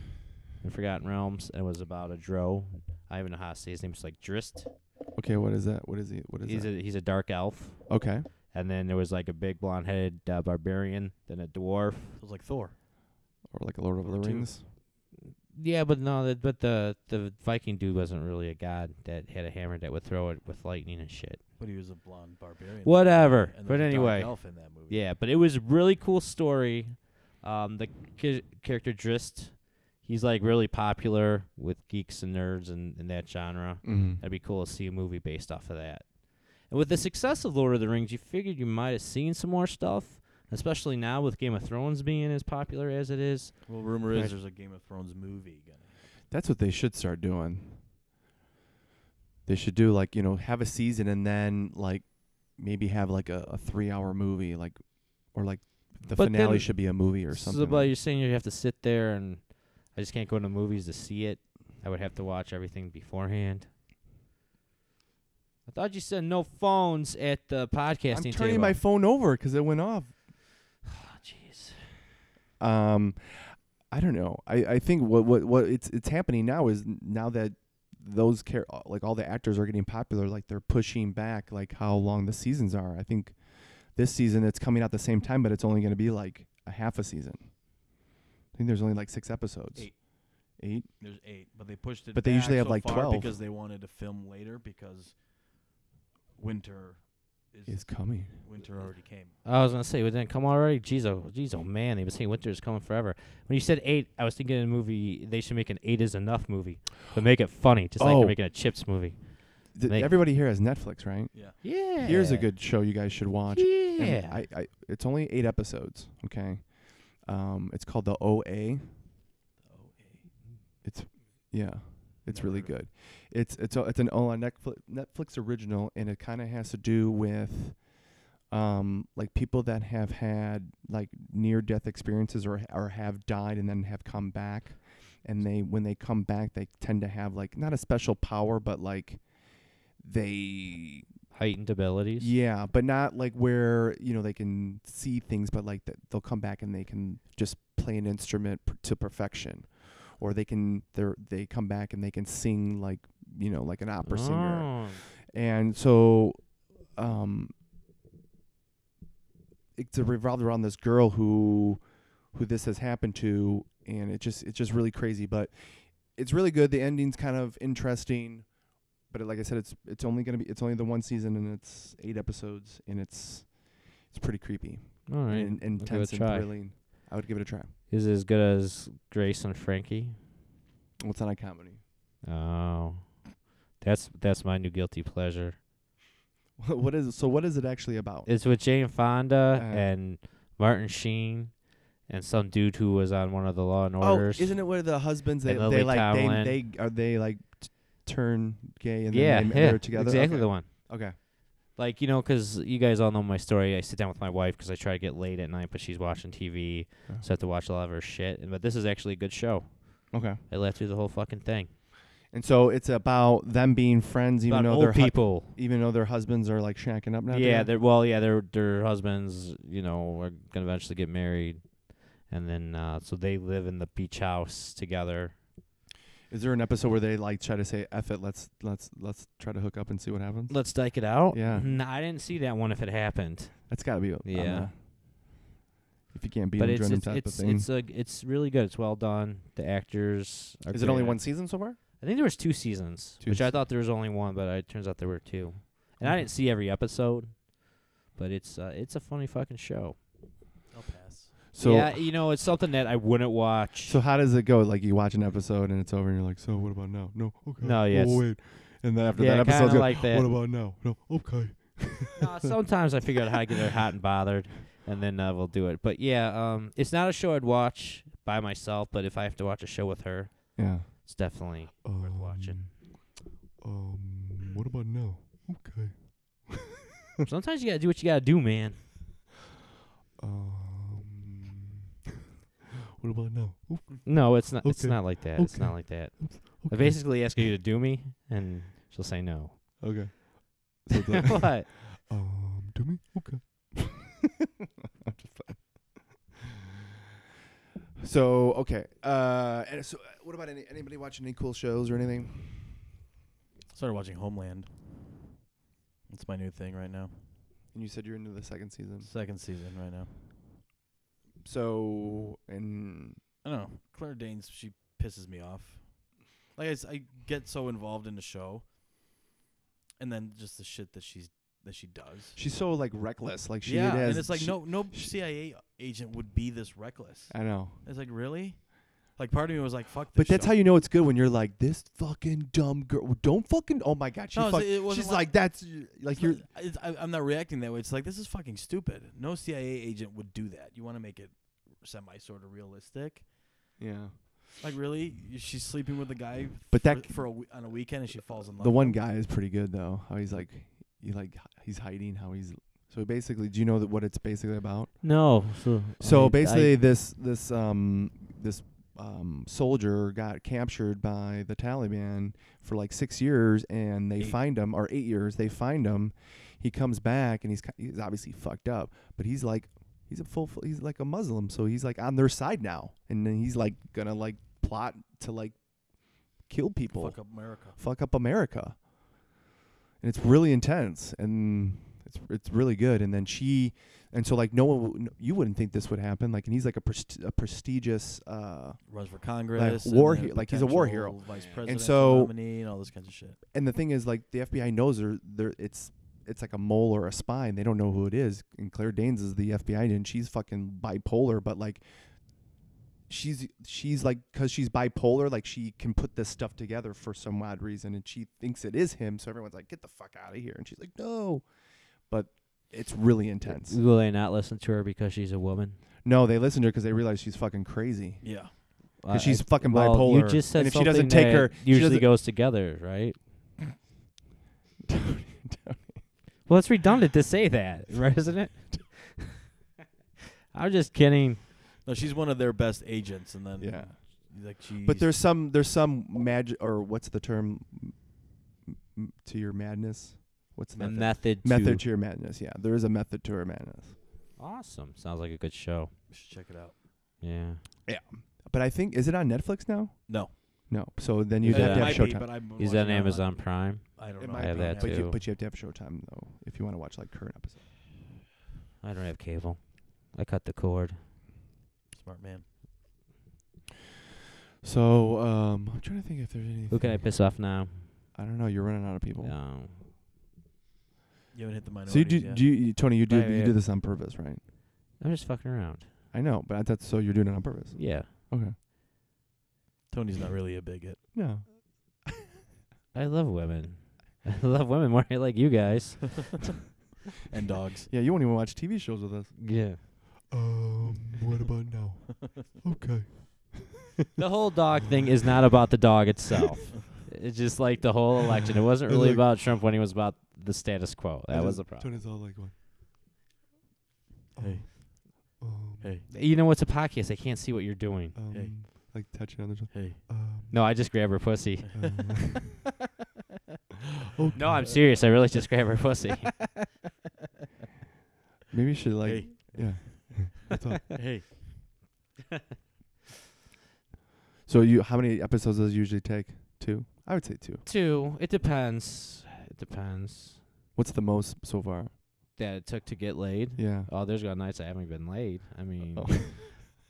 Speaker 3: in Forgotten Realms, and it was about a dro. I even know how to say his name. It's like Drist.
Speaker 2: Okay. What is that? What is he? What is
Speaker 3: He's
Speaker 2: that?
Speaker 3: a he's a dark elf,
Speaker 2: okay.
Speaker 3: and then there was like a big blonde headed uh, barbarian, then a dwarf.
Speaker 4: it was like Thor.
Speaker 2: Or like a Lord of the
Speaker 4: Two.
Speaker 2: Rings.
Speaker 3: Yeah, but no, the, but the the Viking dude wasn't really a god that had a hammer that would throw it with lightning and shit.
Speaker 4: But he was a blonde barbarian.
Speaker 3: Whatever.
Speaker 4: And
Speaker 3: But
Speaker 4: there's a dark
Speaker 3: anyway,
Speaker 4: elf in that movie.
Speaker 3: Yeah, but it was a really cool story. Um, the ki- character Drist, he's like really popular with geeks and nerds and in that genre.
Speaker 2: Mm-hmm.
Speaker 3: That'd be cool to see a movie based off of that. And with the success of Lord of the Rings, you figured you might have seen some more stuff, especially now with Game of Thrones being as popular as it is.
Speaker 4: Well, rumor
Speaker 3: Right.
Speaker 4: is there's a Game of Thrones movie. Gonna
Speaker 2: That's what they should start doing. They should do like you know have a season and then like maybe have like a, a three hour movie like or like the
Speaker 3: But
Speaker 2: finale
Speaker 3: then-
Speaker 2: should be a movie or
Speaker 3: So,
Speaker 2: something.
Speaker 3: but
Speaker 2: like-
Speaker 3: you're saying you have to sit there and I just can't go to movies to see it. I would have to watch everything beforehand. I thought you said no phones at the podcasting
Speaker 2: I'm turning
Speaker 3: table. *sighs* Oh,
Speaker 2: my phone over because it went off.
Speaker 3: Jeez.
Speaker 2: Um, I don't know. I, I think what, what what it's it's happening now is now that those care uh, like all the actors are getting popular, like they're pushing back like how long the seasons are. I think this season it's coming out the same time, but it's only going to be like a half a season. I think there's only like six episodes.
Speaker 4: Eight.
Speaker 2: Eight.
Speaker 4: There's eight, but they pushed it.
Speaker 2: But they usually have
Speaker 4: back so
Speaker 2: like
Speaker 4: far
Speaker 2: 12.
Speaker 4: because they wanted to film later because winter is
Speaker 2: is coming.
Speaker 4: winter already came.
Speaker 3: I was gonna say, well, didn't it come already? Jeez, oh, jeez, oh man, they've been saying winter's coming forever. When you said eight, I was thinking a movie. They should make an eight is enough movie, but make it funny, just like
Speaker 2: Oh.
Speaker 3: they're making a chips movie.
Speaker 2: Th-
Speaker 3: Make-
Speaker 2: everybody here has Netflix, right?
Speaker 4: Yeah,
Speaker 3: Yeah.
Speaker 2: Here's a good show you guys should watch. And
Speaker 3: Yeah.
Speaker 2: I, I it's only eight episodes. Okay. Um, it's called the OA.
Speaker 4: oh, eight.
Speaker 2: Yeah, it's
Speaker 4: Never
Speaker 2: really
Speaker 4: heard of
Speaker 2: good. oh, It's it's a, it's an all on Netflix Netflix original, and it kind of has to do with um, like people that have had like near death experiences or or have died and then have come back, and they when they come back they tend to have like not a special power but like they
Speaker 3: Heightened abilities.
Speaker 2: yeah, but not like where you know they can see things, but like that they'll come back and they can just play an instrument p- to perfection, or they can they they come back and they can sing like you know like an opera singer,
Speaker 3: Oh.
Speaker 2: and so, um, it's revolved around this girl who who this has happened to, and it just it's just really crazy, but it's really good. The ending's kind of interesting but it, like I said, it's it's only gonna be it's only the one season and it's eight episodes and it's it's pretty creepy
Speaker 3: Oh. All right.
Speaker 2: and, and
Speaker 3: I'll give it a
Speaker 2: intense and
Speaker 3: try.
Speaker 2: thrilling. I would give it a try.
Speaker 3: Is it as good as Grace and Frankie?
Speaker 2: Well, it's not a comedy.
Speaker 3: Oh, that's that's my new guilty pleasure.
Speaker 2: *laughs* what is so? What is it actually about?
Speaker 3: It's with Jane Fonda
Speaker 2: Uh,
Speaker 3: and Martin Sheen and some dude who was on one of the Law and
Speaker 2: oh,
Speaker 3: Orders.
Speaker 2: isn't it where the husbands they,
Speaker 3: And
Speaker 2: they
Speaker 3: Lily
Speaker 2: like
Speaker 3: Tomlin.
Speaker 2: they they are they like t- turn gay and
Speaker 3: *laughs* yeah,
Speaker 2: then they,
Speaker 3: yeah,
Speaker 2: are together
Speaker 3: exactly
Speaker 2: Okay.
Speaker 3: the one.
Speaker 2: okay.
Speaker 3: Like you know, 'cause you guys all know my story. I sit down with my wife 'cause I try to get late at night, but she's watching TV,
Speaker 2: Oh.
Speaker 3: so I have to watch a lot of her shit. And but this is actually a good show.
Speaker 2: Okay,
Speaker 3: I laughed through the whole fucking thing.
Speaker 2: and so it's about them being friends, even
Speaker 3: About
Speaker 2: though
Speaker 3: old
Speaker 2: their hu-
Speaker 3: people.
Speaker 2: even though their husbands are like shacking up now.
Speaker 3: yeah,
Speaker 2: together?
Speaker 3: they're well, yeah, their their husbands, you know, are gonna eventually get married, and then uh, so they live in the beach house together.
Speaker 2: is there an episode where they like try to say "F it"? Let's let's let's try to hook up and see what happens.
Speaker 3: Let's dike it out.
Speaker 2: Yeah.
Speaker 3: no, I didn't see that one if it happened,
Speaker 2: That's got to be on
Speaker 3: Yeah.
Speaker 2: the- if you can't beat
Speaker 3: but
Speaker 2: them
Speaker 3: it's
Speaker 2: during
Speaker 3: it's
Speaker 2: type
Speaker 3: it's
Speaker 2: of thing.
Speaker 3: it's, a, it's really good. It's well done. The actors. Are
Speaker 2: Is it only
Speaker 3: great.
Speaker 2: one season so far?
Speaker 3: I think there was two seasons,
Speaker 2: Two
Speaker 3: which I
Speaker 2: se-
Speaker 3: thought there was only one, but it turns out there were two. And I
Speaker 2: Okay.
Speaker 3: didn't see every episode, but it's uh, it's a funny fucking show.
Speaker 4: I'll pass.
Speaker 2: So
Speaker 3: yeah, you know, it's something that I wouldn't watch.
Speaker 2: so how does it go? Like you watch an episode and it's over and you're like, so what about now? No, okay.
Speaker 3: No,
Speaker 2: yes.
Speaker 3: yeah, it's-
Speaker 2: wait. And then after
Speaker 3: yeah,
Speaker 2: that episode,
Speaker 3: kinda like that.
Speaker 2: what about now? No, okay.
Speaker 3: no, Uh, sometimes I figure out how to get her hot and bothered, and then uh, we'll do it. But yeah, um, it's not a show I'd watch by myself. But if I have to watch a show with her,
Speaker 2: Yeah.
Speaker 3: it's *laughs* definitely worth watching.
Speaker 2: Um, what about now? Okay.
Speaker 3: Sometimes you gotta do what you gotta do, man.
Speaker 2: Um, what about now? Okay.
Speaker 3: No, it's not. It's
Speaker 2: Okay.
Speaker 3: not like that. It's
Speaker 2: Okay.
Speaker 3: not like that. I basically ask you to do me, and she'll say no.
Speaker 2: okay.
Speaker 3: *laughs*
Speaker 2: So the-
Speaker 3: what?
Speaker 2: Um, do me? Okay. so okay. Uh, and so uh, what about any, anybody watching any cool shows or anything?
Speaker 4: Started watching Homeland. It's my new thing right now.
Speaker 2: And you said you're into the second season.
Speaker 4: Second season right now.
Speaker 2: So and
Speaker 4: I don't know. Claire Danes, she pisses me off. Like I, s- I get so involved in the show, and then just the shit that she's that she does.
Speaker 2: she's so like reckless. Like she
Speaker 4: yeah,
Speaker 2: has,
Speaker 4: and it's like
Speaker 2: she-
Speaker 4: no no
Speaker 2: she-
Speaker 4: CIA agent would be this reckless.
Speaker 2: I know.
Speaker 4: It's like really, like part of me was like fuck. This
Speaker 2: But that's how you know it's good when you're like this fucking dumb girl. Don't fucking. Oh my god, she
Speaker 4: No, it's-
Speaker 2: fuck-
Speaker 4: it wasn't
Speaker 2: She's
Speaker 4: like-
Speaker 2: like that's like you're.
Speaker 4: It's, I, I'm not reacting that way. It's like this is fucking stupid. No CIA agent would do that. You want to make it semi sort of realistic.
Speaker 2: Yeah.
Speaker 4: Like really, Y- she's sleeping with a guy.
Speaker 2: But
Speaker 4: for,
Speaker 2: that-
Speaker 4: for a, we- on a weekend and she falls in love.
Speaker 2: The
Speaker 4: with
Speaker 2: one
Speaker 4: him.
Speaker 2: guy is pretty good though. How he's like, he like h- he's hiding. How he's so basically. Do you know that what it's basically about?
Speaker 3: No. So,
Speaker 2: So
Speaker 3: I- I-
Speaker 2: basically, this this um this um soldier got captured by the Taliban for like six years, and they
Speaker 4: Eight.
Speaker 2: find him or eight years. They find him. He comes back, and he's ki- he's obviously fucked up, but he's like he's a full he's like a Muslim, so he's like on their side now, and then he's like gonna like plot to like kill people
Speaker 4: fuck up America.
Speaker 2: fuck up America. And it's really intense and it's it's really good. And then she, and so like no one, w- n- you wouldn't think this would happen. Like, and he's like a, prest- a prestigious, uh,
Speaker 4: Runs for Congress. and
Speaker 2: war
Speaker 4: then
Speaker 2: he- like, he's a war
Speaker 4: potential
Speaker 2: hero.
Speaker 4: Vice president,
Speaker 2: so-
Speaker 4: nominee, and all this kinds of shit.
Speaker 2: and the thing is like the FBI knows they're, they're it's it's like a mole or a spy and they don't know who it is. And Claire Danes is the FBI and she's fucking bipolar, but like she's she's like because she's bipolar, like she can put this stuff together for some odd reason and she thinks it is him, so everyone's like, Get the fuck out of here and she's like, No. But it's really intense.
Speaker 3: will they not listen to her because she's a woman?
Speaker 2: No, they listen to her because they realize she's fucking crazy.
Speaker 4: Yeah.
Speaker 3: Uh,
Speaker 2: Because she's
Speaker 3: I-
Speaker 2: fucking
Speaker 3: well,
Speaker 2: bipolar.
Speaker 3: You just said
Speaker 2: and if she doesn't
Speaker 3: something
Speaker 2: take
Speaker 3: that
Speaker 2: her she *laughs*
Speaker 3: usually
Speaker 2: doesn't-
Speaker 3: goes together, right? Well, it's redundant to say that, *laughs* right? Isn't it? I'm just kidding.
Speaker 4: No, she's one of their best agents, and then
Speaker 2: Yeah.
Speaker 4: like she.
Speaker 2: But there's some there's some magic or what's the term M- m- to your madness? What's
Speaker 3: A
Speaker 2: the method?
Speaker 3: method. to-
Speaker 2: Method to your madness. Yeah, there is a method to her madness.
Speaker 3: Awesome. Sounds like a good show.
Speaker 4: check it out.
Speaker 3: Yeah.
Speaker 2: But I think is it on Netflix now?
Speaker 4: No,
Speaker 2: No. So then you'd
Speaker 3: Yeah.
Speaker 2: have
Speaker 4: it
Speaker 2: to
Speaker 4: might
Speaker 2: have
Speaker 4: be,
Speaker 2: Showtime.
Speaker 4: but I'm
Speaker 3: Is
Speaker 4: watching
Speaker 3: that
Speaker 4: it on-
Speaker 3: Amazon Prime?
Speaker 4: I don't
Speaker 2: it
Speaker 4: know.
Speaker 2: might
Speaker 3: I have
Speaker 2: be,
Speaker 3: that
Speaker 2: but
Speaker 3: too.
Speaker 2: you but you have to have Showtime though if you want to watch like current episodes.
Speaker 3: I don't have cable. I cut the cord.
Speaker 4: Smart man.
Speaker 2: So um, I'm trying to think if there's anything.
Speaker 3: Who can I piss off now?
Speaker 2: I don't know. You're running out of people.
Speaker 3: Um,
Speaker 4: You haven't hit the minority.
Speaker 2: So you do,
Speaker 4: yet.
Speaker 2: do you, Tony? You do
Speaker 3: Right,
Speaker 2: you
Speaker 3: yeah.
Speaker 2: do this on purpose, right?
Speaker 3: I'm just fucking around.
Speaker 2: I know, but I thought so. You're doing it on purpose.
Speaker 3: Yeah.
Speaker 2: Okay.
Speaker 4: Tony's not really
Speaker 2: *laughs*
Speaker 4: a bigot. *laughs*
Speaker 2: No.
Speaker 3: I love women. *laughs* I love women more *laughs* than I like you guys.
Speaker 4: and dogs.
Speaker 2: Yeah, you won't even watch TV shows with us.
Speaker 3: Yeah.
Speaker 2: Um, what about now? Okay.
Speaker 3: The whole dog thing is not about the dog itself. It's just like the whole election. It wasn't
Speaker 2: It's
Speaker 3: really
Speaker 2: like-
Speaker 3: about Trump when it was about the status quo. That was the problem.
Speaker 2: Tony's all like, what?
Speaker 4: Hey,
Speaker 2: Um,
Speaker 4: hey,
Speaker 3: You know, it's a podcast. I can't see what you're doing.
Speaker 2: um,
Speaker 4: Hey.
Speaker 2: Like touching others.
Speaker 4: hey.
Speaker 2: Um,
Speaker 3: No, I just grab her pussy.
Speaker 2: *laughs* okay.
Speaker 3: No, I'm serious. I really just grab
Speaker 2: *laughs*
Speaker 3: her pussy.
Speaker 2: Maybe you should like.
Speaker 4: hey,
Speaker 2: Yeah. What's up?
Speaker 4: hey.
Speaker 2: So you, how many episodes does it usually take? Two. I would say two.
Speaker 3: Two. It depends. It depends.
Speaker 2: What's the most so far?
Speaker 3: That it took to get laid.
Speaker 2: Yeah.
Speaker 3: Oh, there's got nights I haven't been laid. I mean,
Speaker 2: Oh.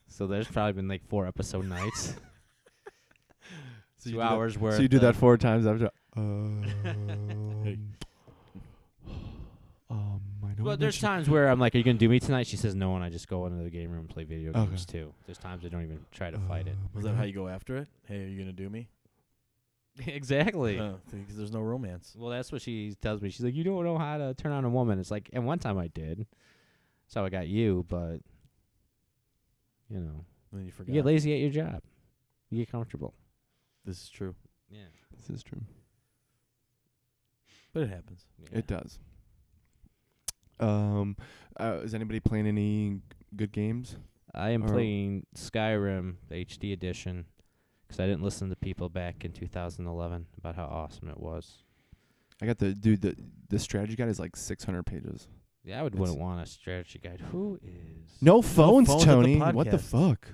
Speaker 3: so there's probably been like four episode nights,
Speaker 2: *laughs* So you
Speaker 3: two
Speaker 2: do that-
Speaker 3: hours worth.
Speaker 2: So you do that
Speaker 3: of-
Speaker 2: four times after. Um, *sighs* um, I know.
Speaker 3: Well,
Speaker 2: I
Speaker 3: there's
Speaker 2: mentioned-
Speaker 3: times where I'm like, "Are you gonna do me tonight?" She says no, and I just go into the game room and play video
Speaker 2: Okay.
Speaker 3: games too. There's times I don't even try to fight it.
Speaker 2: um, I
Speaker 4: Is that how
Speaker 2: know-
Speaker 4: you go after it? Hey, are you gonna do me?
Speaker 3: Uh. *laughs* exactly.
Speaker 4: Because there's no romance.
Speaker 3: Well, that's what she tells me. She's like, "You don't know how to turn on a woman." It's like, and one time I did. That's how I got you, but you know,
Speaker 4: And then you
Speaker 3: you
Speaker 4: forget.
Speaker 3: get lazy at your job. You get comfortable.
Speaker 4: This is true,
Speaker 3: Yeah.
Speaker 2: This is true.
Speaker 4: but it happens.
Speaker 2: It does. Um, uh, is anybody playing any good games?
Speaker 3: I am
Speaker 2: Or-
Speaker 3: playing Skyrim the HD edition because I didn't listen to people back in 2011 about how awesome it was.
Speaker 2: I got the dude. The the strategy guide is like 600 pages.
Speaker 3: Yeah, I would,
Speaker 2: It's-
Speaker 3: wouldn't want a strategy guide. Who is?
Speaker 2: No phones,
Speaker 4: phones at the
Speaker 2: Tony. what the
Speaker 4: podcast.
Speaker 2: fuck?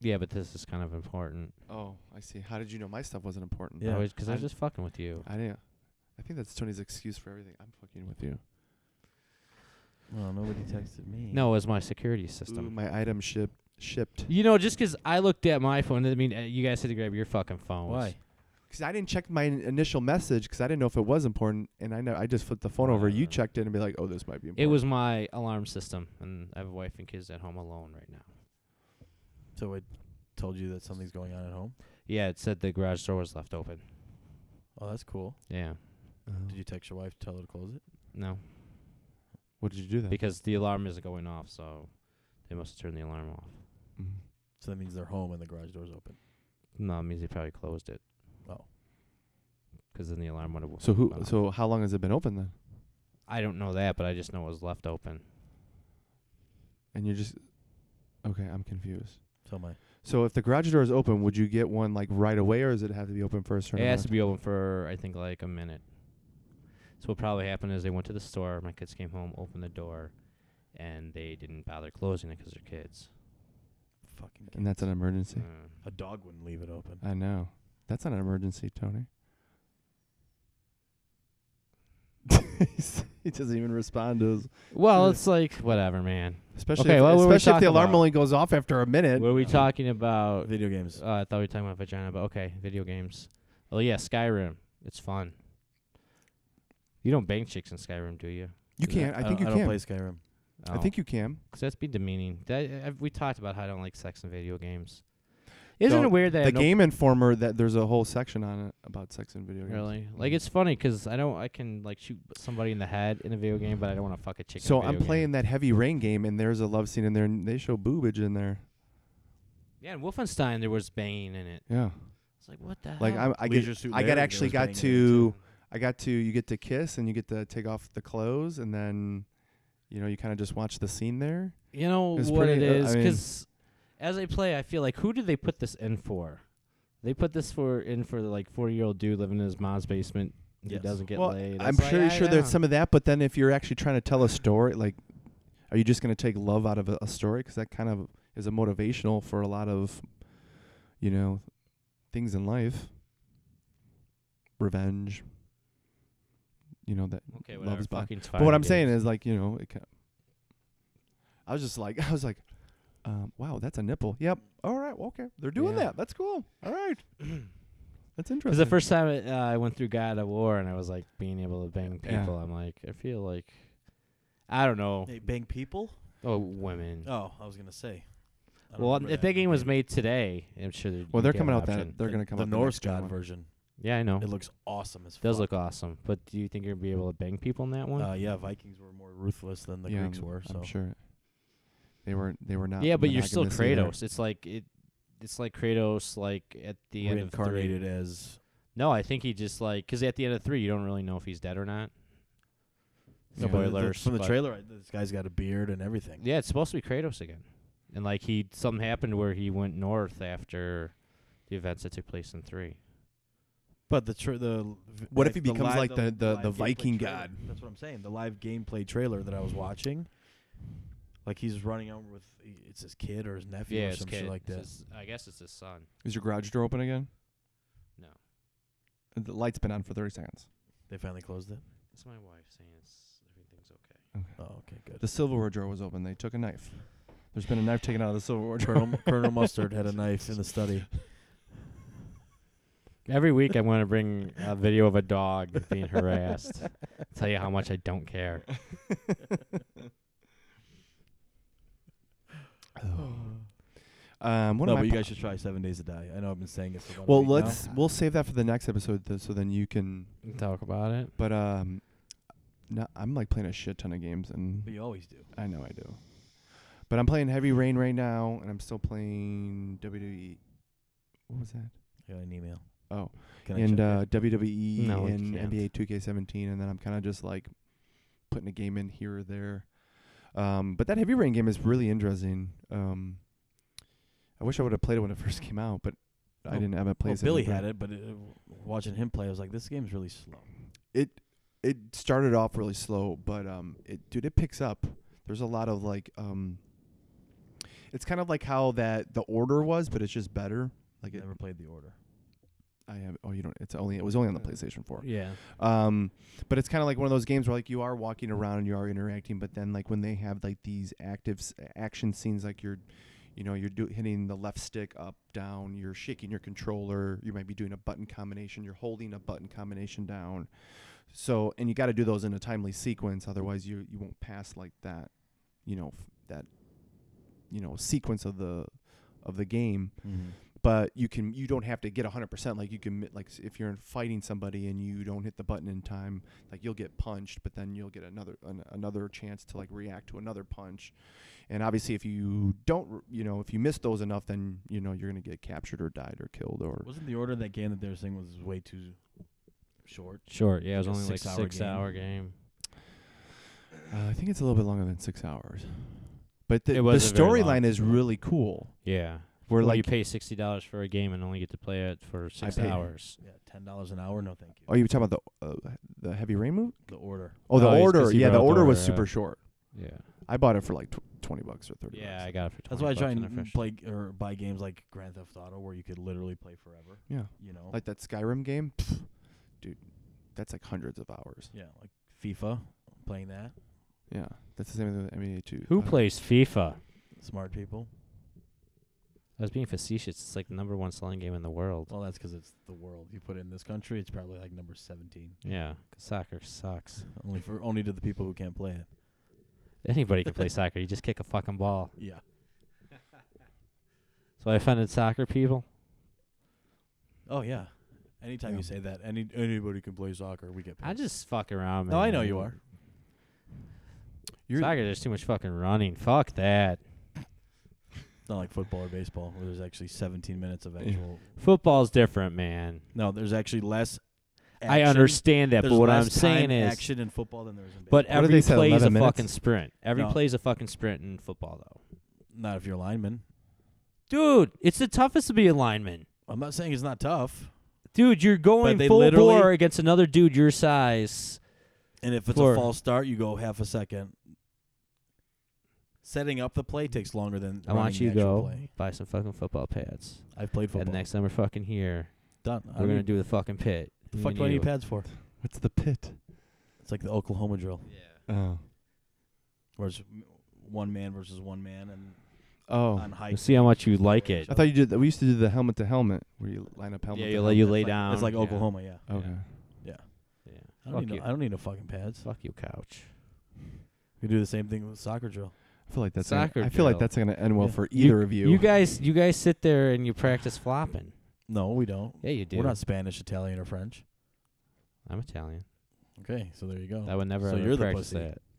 Speaker 3: Yeah, but this is kind of important.
Speaker 2: Oh, I see. How did you know my stuff wasn't important?
Speaker 4: Yeah,
Speaker 3: Yeah, because I was
Speaker 2: I'm-
Speaker 3: just fucking with you.
Speaker 2: I didn't. I think that's Tony's excuse for everything. I'm fucking with you.
Speaker 4: Well, nobody texted me.
Speaker 3: No, it was my security
Speaker 2: Ooh,
Speaker 3: system.
Speaker 2: my item ship shipped.
Speaker 3: you know, just 'cause I looked at my phone doesn't mean uh, you guys had to grab your fucking phones.
Speaker 4: Why?
Speaker 2: Because I didn't check my in- initial message because I didn't know if it was important, and I know I just flipped the phone over. You
Speaker 3: Wow.
Speaker 2: checked it and be like, "Oh, this might be
Speaker 3: Uh. It
Speaker 2: important."
Speaker 3: was my alarm system, and I have a wife and kids at home alone right now.
Speaker 4: So I told you that something's going on at home.
Speaker 3: Yeah, it said the garage door was left open.
Speaker 4: Oh, that's cool.
Speaker 3: Yeah. Oh.
Speaker 4: Did you text your wife to tell her to close it?
Speaker 3: No.
Speaker 2: What did you do then?
Speaker 3: because the alarm isn't going off, so they must have turned the alarm off.
Speaker 2: Mm.
Speaker 4: So that means they're home and the garage door's open.
Speaker 3: No, it means they probably closed it
Speaker 4: Oh,
Speaker 3: because then the alarm would have.
Speaker 2: So who? So how long has it been open then?
Speaker 3: I don't know that, but I just know it was left open.
Speaker 2: And you just okay. I'm confused.
Speaker 4: so am I.
Speaker 2: So if the garage door is open, would you get one like right away, or does it have to be open for a
Speaker 3: It
Speaker 2: certain?
Speaker 3: has to
Speaker 2: amount
Speaker 3: be open for I think like a minute. So what probably happened is they went to the store. My kids came home, opened the door, and they didn't bother closing it 'cause they're kids.
Speaker 4: Fucking.
Speaker 2: of time? And that's an emergency.
Speaker 3: Mm.
Speaker 4: a dog wouldn't leave it open.
Speaker 2: I know. That's not an emergency, Tony. *laughs* he doesn't even respond to. Us.
Speaker 3: Well,
Speaker 2: Yeah.
Speaker 3: it's like whatever, man.
Speaker 2: Especially,
Speaker 3: Okay,
Speaker 2: if,
Speaker 3: what were we
Speaker 2: especially if the
Speaker 3: talking
Speaker 2: alarm
Speaker 3: about?
Speaker 2: only goes off after a minute.
Speaker 3: What are we talking about?
Speaker 4: Video games.
Speaker 3: Uh, I thought we were talking about vagina, but okay, video games. Oh yeah, Skyrim. It's fun. You don't bang chicks in Skyrim, do you?
Speaker 2: You
Speaker 3: Yeah,
Speaker 2: can't. I think
Speaker 4: don't-
Speaker 2: you
Speaker 4: I
Speaker 2: can.
Speaker 4: don't play Skyrim.
Speaker 3: Oh.
Speaker 2: I think you can.
Speaker 3: because that's be demeaning. That, I, we talked about how I don't like sex in video games. Isn't it weird that I
Speaker 2: the
Speaker 3: don't-
Speaker 2: Game Informer that there's a whole section on it about sex and video games?
Speaker 3: really like it's funny 'cause I don't I can like shoot somebody in the head in a video game, but I don't want to fuck a chick.
Speaker 2: So
Speaker 3: in a
Speaker 2: I'm
Speaker 3: video
Speaker 2: playing
Speaker 3: Game.
Speaker 2: that Heavy Rain game, and there's a love scene in there, and they show boobage in there.
Speaker 3: Yeah, in Wolfenstein there was banging in it.
Speaker 2: Yeah,
Speaker 3: It's like what the
Speaker 2: like
Speaker 3: hell?
Speaker 2: I'm, I
Speaker 4: Leisure
Speaker 2: get,
Speaker 4: Suit
Speaker 2: I got
Speaker 4: Larry,
Speaker 2: actually
Speaker 4: there was
Speaker 2: got
Speaker 4: banging in it,
Speaker 2: to, I got to you get to kiss and you get to take off the clothes and then you know you kind of just watch the scene there.
Speaker 3: You know
Speaker 2: It's
Speaker 3: what it
Speaker 2: pretty- uh, I
Speaker 3: is,
Speaker 2: mean-
Speaker 3: because as I play, I feel like who did they put this in for? They put this for in for the like forty year old dude living in his mom's basement
Speaker 4: Yes.
Speaker 3: who doesn't get
Speaker 2: well,
Speaker 3: laid.
Speaker 2: I'm
Speaker 3: It's like,
Speaker 2: pretty
Speaker 3: I-
Speaker 2: sure
Speaker 3: I
Speaker 2: there's
Speaker 3: don't-
Speaker 2: some of that, but then if you're actually trying to tell a story, like, are you just going to take love out of a, a story? Because that kind of is a motivational for a lot of, you know, things in life. Revenge. You know that.
Speaker 3: Okay,
Speaker 2: love
Speaker 3: whatever.
Speaker 2: is blind.
Speaker 3: Fucking
Speaker 2: But what I'm saying
Speaker 3: *clears throat*
Speaker 2: is *clears throat* like you know it. Kind I was just like *laughs* I was like, um, wow, that's a nipple. Yep. All right. well, Okay. They're doing
Speaker 3: Yeah.
Speaker 2: that. That's cool. All right. That's
Speaker 3: because
Speaker 2: interesting.
Speaker 3: the first time it, uh, I went through God of War and I was like being able to bang people,
Speaker 2: Yeah.
Speaker 3: I'm like I feel like I don't know.
Speaker 4: They bang people.
Speaker 3: Oh, women.
Speaker 4: Oh, I was gonna say. I don't
Speaker 3: well,
Speaker 4: remember
Speaker 3: if
Speaker 4: that
Speaker 3: that game was
Speaker 4: name.
Speaker 3: made today, I'm sure. they'd
Speaker 2: well, they're
Speaker 3: make it an
Speaker 2: coming out
Speaker 3: option.
Speaker 2: that they're
Speaker 4: The-
Speaker 2: going to come
Speaker 4: the
Speaker 2: out
Speaker 4: Norse
Speaker 2: the next
Speaker 4: God
Speaker 2: one.
Speaker 4: version.
Speaker 3: Yeah, I know.
Speaker 4: It looks awesome as
Speaker 3: does look
Speaker 4: fuck.
Speaker 3: awesome. But do you think you're gonna be able to bang people in that one?
Speaker 4: Uh, yeah, Vikings were more ruthless than the
Speaker 2: Yeah,
Speaker 4: Greeks
Speaker 2: I'm-
Speaker 4: were. So
Speaker 2: I'm sure they were they were not.
Speaker 3: yeah, but you're still
Speaker 2: monogamous either.
Speaker 3: Kratos. It's like it. It's like Kratos, like at the end of three.
Speaker 4: reincarnated as
Speaker 3: No, I think he just like because at the end of three, you don't really know if he's dead or not.
Speaker 2: No,
Speaker 4: but the- the-
Speaker 3: Spoilers
Speaker 4: from the
Speaker 3: but-
Speaker 4: trailer. I- This guy's got a beard and everything.
Speaker 3: Yeah, it's supposed to be Kratos again, and like he something happened where he went north after the events that took place in three.
Speaker 4: But the tr- the v-
Speaker 2: What if he
Speaker 4: the
Speaker 2: becomes
Speaker 4: live-
Speaker 2: like the- the-
Speaker 4: live
Speaker 2: the
Speaker 4: gameplay
Speaker 2: Viking
Speaker 4: trailer-
Speaker 2: god?
Speaker 4: That's what I'm saying. The live gameplay trailer that I was watching, like he's running out with it's his kid or his nephew
Speaker 3: yeah,
Speaker 4: or
Speaker 3: it's
Speaker 4: some shit
Speaker 3: kid.
Speaker 4: like
Speaker 3: It's
Speaker 4: that.
Speaker 3: his- I guess it's his son.
Speaker 2: Is your garage door open again? Uh,
Speaker 3: No,
Speaker 2: The light's been on for 30 seconds.
Speaker 4: They finally closed it.
Speaker 3: it's my wife saying it's everything's okay.
Speaker 4: Oh, okay, good.
Speaker 2: The silverware drawer was open. They took a knife. There's been a knife taken out of the silverware drawer.
Speaker 4: *laughs* Colonel, Colonel Mustard had a knife in the study.
Speaker 3: Every week I'm going to bring a video of
Speaker 2: *laughs*
Speaker 3: a dog *laughs* being harassed. Tell you how much I don't care.
Speaker 2: Um, what
Speaker 4: no,
Speaker 2: am I
Speaker 4: but you
Speaker 2: po-
Speaker 4: guys should try Seven Days to Die. I know I've been saying it. For about a
Speaker 2: well,
Speaker 4: week now.
Speaker 2: let's we'll save that for the next episode, though, so then you can.
Speaker 3: Talk about it.
Speaker 2: But um, no, I'm like playing a shit ton of games, and
Speaker 4: But you always do.
Speaker 2: I know I do. But I'm playing Heavy Rain right now, and I'm still playing WWE. What was that?
Speaker 4: I got an email.
Speaker 2: Oh,
Speaker 4: Can I
Speaker 2: and
Speaker 4: check
Speaker 2: uh, WWE
Speaker 3: No, you
Speaker 2: and
Speaker 3: can't.
Speaker 2: NBA 2K17, and then I'm kind of just like putting a game in here or there. Um, but that Heavy Rain game is really interesting. Um, I wish I would have played it when it *laughs* first came out, but I
Speaker 4: Well-
Speaker 2: didn't have a
Speaker 4: it? Well,
Speaker 2: place.
Speaker 4: Oh. Billy had it, but it, watching him play, I was like, this game's really slow.
Speaker 2: it it started off really slow, but um, it dude, it picks up. There's a lot of like um, it's kind of like how that the order was, but it's just better. Like it,
Speaker 4: Never played The Order.
Speaker 2: I have oh you don't it's only it was only on the PlayStation 4.
Speaker 3: Yeah.
Speaker 2: Um, but it's kind of like one of those games where like you are walking around and you are interacting, but then like when they have like these active s- action scenes, like you're, you know, you're do- hitting the left stick up, down, you're shaking your controller, you might be doing a button combination, you're holding a button combination down. So and you got to do those in a timely sequence, otherwise you you won't pass like that, you know, f- that, you know, sequence of the of the game
Speaker 4: Mm-hmm.
Speaker 2: but you can you don't have to get 100% like you can mi- like s- if you're in fighting somebody and you don't hit the button in time like you'll get punched but then you'll get another an, another chance to like react to another punch and obviously if you don't r- you know if you miss those enough then you know you're going to get captured or died or killed or
Speaker 4: Wasn't The Order that game that they were saying was way too short?
Speaker 3: Short. Yeah, it was
Speaker 4: Like a
Speaker 3: only like
Speaker 4: six-hour
Speaker 3: six
Speaker 4: game.
Speaker 3: hour game.
Speaker 2: uh, i think it's a little bit longer than 6 hours but the,
Speaker 3: It
Speaker 2: the
Speaker 3: was a very long
Speaker 2: storyline is
Speaker 3: game.
Speaker 2: really cool
Speaker 3: Yeah.
Speaker 2: where
Speaker 3: Where like
Speaker 2: like
Speaker 3: you pay sixty dollars for a game and only get to play it for six
Speaker 2: paid-
Speaker 3: hours.
Speaker 4: Yeah, ten dollars an hour. No, thank you.
Speaker 2: oh you were talking about the uh, the heavy rain move
Speaker 4: The Order.
Speaker 2: oh the
Speaker 3: Oh, he's- 'cause
Speaker 2: order
Speaker 3: he
Speaker 2: yeah the
Speaker 3: wrote the
Speaker 2: order was
Speaker 3: order,
Speaker 2: super
Speaker 3: right.
Speaker 2: short
Speaker 3: Yeah.
Speaker 2: i bought it for like tw- 20 bucks or 30
Speaker 3: Yeah,
Speaker 2: bucks
Speaker 3: I got it for. 20
Speaker 4: That's why I
Speaker 3: bucks
Speaker 4: try
Speaker 3: when
Speaker 4: and
Speaker 3: first-
Speaker 4: play g- or buy games like Grand Theft Auto, where you could literally play forever.
Speaker 2: yeah
Speaker 4: You know,
Speaker 2: like that Skyrim game, pff, dude, that's like hundreds of hours.
Speaker 4: yeah, like FIFA, playing that.
Speaker 2: Yeah, that's the same thing with NBA Two.
Speaker 3: Who
Speaker 2: Uh,
Speaker 3: plays FIFA?
Speaker 4: Smart people.
Speaker 3: I was being facetious. It's like the number one selling game in the world.
Speaker 4: Well, that's because it's the world. You put it in this country, it's probably like number seventeen.
Speaker 3: Yeah, 'cause soccer sucks.
Speaker 4: Only for only to the people who can't play it.
Speaker 3: Anybody can *laughs* play soccer. You just kick a fucking ball.
Speaker 4: Yeah.
Speaker 3: So I offended soccer people.
Speaker 4: Oh yeah. Anytime
Speaker 2: Yeah.
Speaker 4: you say that, any anybody can play soccer. We get. Pissed.
Speaker 3: I just fuck around, man.
Speaker 4: No, I know you are.
Speaker 2: You're,
Speaker 3: Soccer, there's too much fucking running. Fuck that.
Speaker 4: It's not like football or baseball where there's actually 17 minutes of
Speaker 2: Yeah.
Speaker 4: actual.
Speaker 3: Football's different, man.
Speaker 4: No, there's actually less
Speaker 3: I
Speaker 4: action.
Speaker 3: understand that, but
Speaker 4: There's
Speaker 3: what I'm
Speaker 4: less
Speaker 3: saying
Speaker 4: time
Speaker 3: is,
Speaker 4: action in football than there is in baseball.
Speaker 3: but
Speaker 2: What did
Speaker 3: every
Speaker 2: they say,
Speaker 3: play is a
Speaker 2: 11 minutes?
Speaker 3: fucking sprint. Every
Speaker 4: No.
Speaker 3: play is a fucking sprint in football, though.
Speaker 4: not if you're a lineman.
Speaker 3: Dude, it's the toughest to be a lineman.
Speaker 4: I'm not saying it's not tough.
Speaker 3: Dude, you're going
Speaker 4: they
Speaker 3: full
Speaker 4: literally-
Speaker 3: bore against another dude your size.
Speaker 4: And if it's
Speaker 3: Or-
Speaker 4: a false start, you go half a second. Setting up the play takes longer than
Speaker 3: I want
Speaker 4: running
Speaker 3: you
Speaker 4: the
Speaker 3: to
Speaker 4: actual
Speaker 3: go
Speaker 4: Play.
Speaker 3: buy some fucking football pads.
Speaker 4: I've played football.
Speaker 3: And next time we're fucking here,
Speaker 4: Done. I
Speaker 3: we're
Speaker 4: don't
Speaker 3: gonna
Speaker 4: need-
Speaker 3: do the fucking pit.
Speaker 4: The
Speaker 3: Me
Speaker 4: fuck
Speaker 3: and
Speaker 4: do I
Speaker 3: you.
Speaker 4: need pads for?
Speaker 2: What's the pit?
Speaker 4: It's like the Oklahoma drill,
Speaker 2: Oh.
Speaker 4: where it's one man versus one man, and
Speaker 2: Oh.
Speaker 4: on hike.
Speaker 3: We'll see how much you like it.
Speaker 2: I thought you did. That. We used to do the helmet to helmet, where you line up helmet.
Speaker 3: Yeah,
Speaker 2: to
Speaker 3: you, la-
Speaker 2: helmet.
Speaker 3: you
Speaker 4: It's
Speaker 3: lay
Speaker 4: like-
Speaker 3: down.
Speaker 4: It's like
Speaker 3: yeah.
Speaker 4: Oklahoma, yeah.
Speaker 2: Okay.
Speaker 3: Yeah.
Speaker 4: I
Speaker 3: Fuck
Speaker 4: don't, need
Speaker 3: you.
Speaker 4: no, I don't need no fucking pads.
Speaker 3: Fuck you, couch.
Speaker 4: We do the same thing with soccer drill.
Speaker 2: I feel like that's.
Speaker 3: Soccer
Speaker 2: Gonna, I feel like
Speaker 3: drill.
Speaker 2: that's gonna end well
Speaker 4: Yeah.
Speaker 2: for
Speaker 3: You-
Speaker 2: either of you. *laughs*
Speaker 3: You guys, you guys sit there and you practice flopping.
Speaker 4: No, we don't.
Speaker 3: Yeah, you do.
Speaker 4: We're not Spanish, Italian, or French.
Speaker 3: I'm Italian.
Speaker 4: Okay, so there you
Speaker 2: Oh.
Speaker 4: go.
Speaker 3: I would never
Speaker 4: So
Speaker 3: ever
Speaker 4: you're the
Speaker 3: practice
Speaker 4: pussy.
Speaker 3: that.
Speaker 2: *laughs*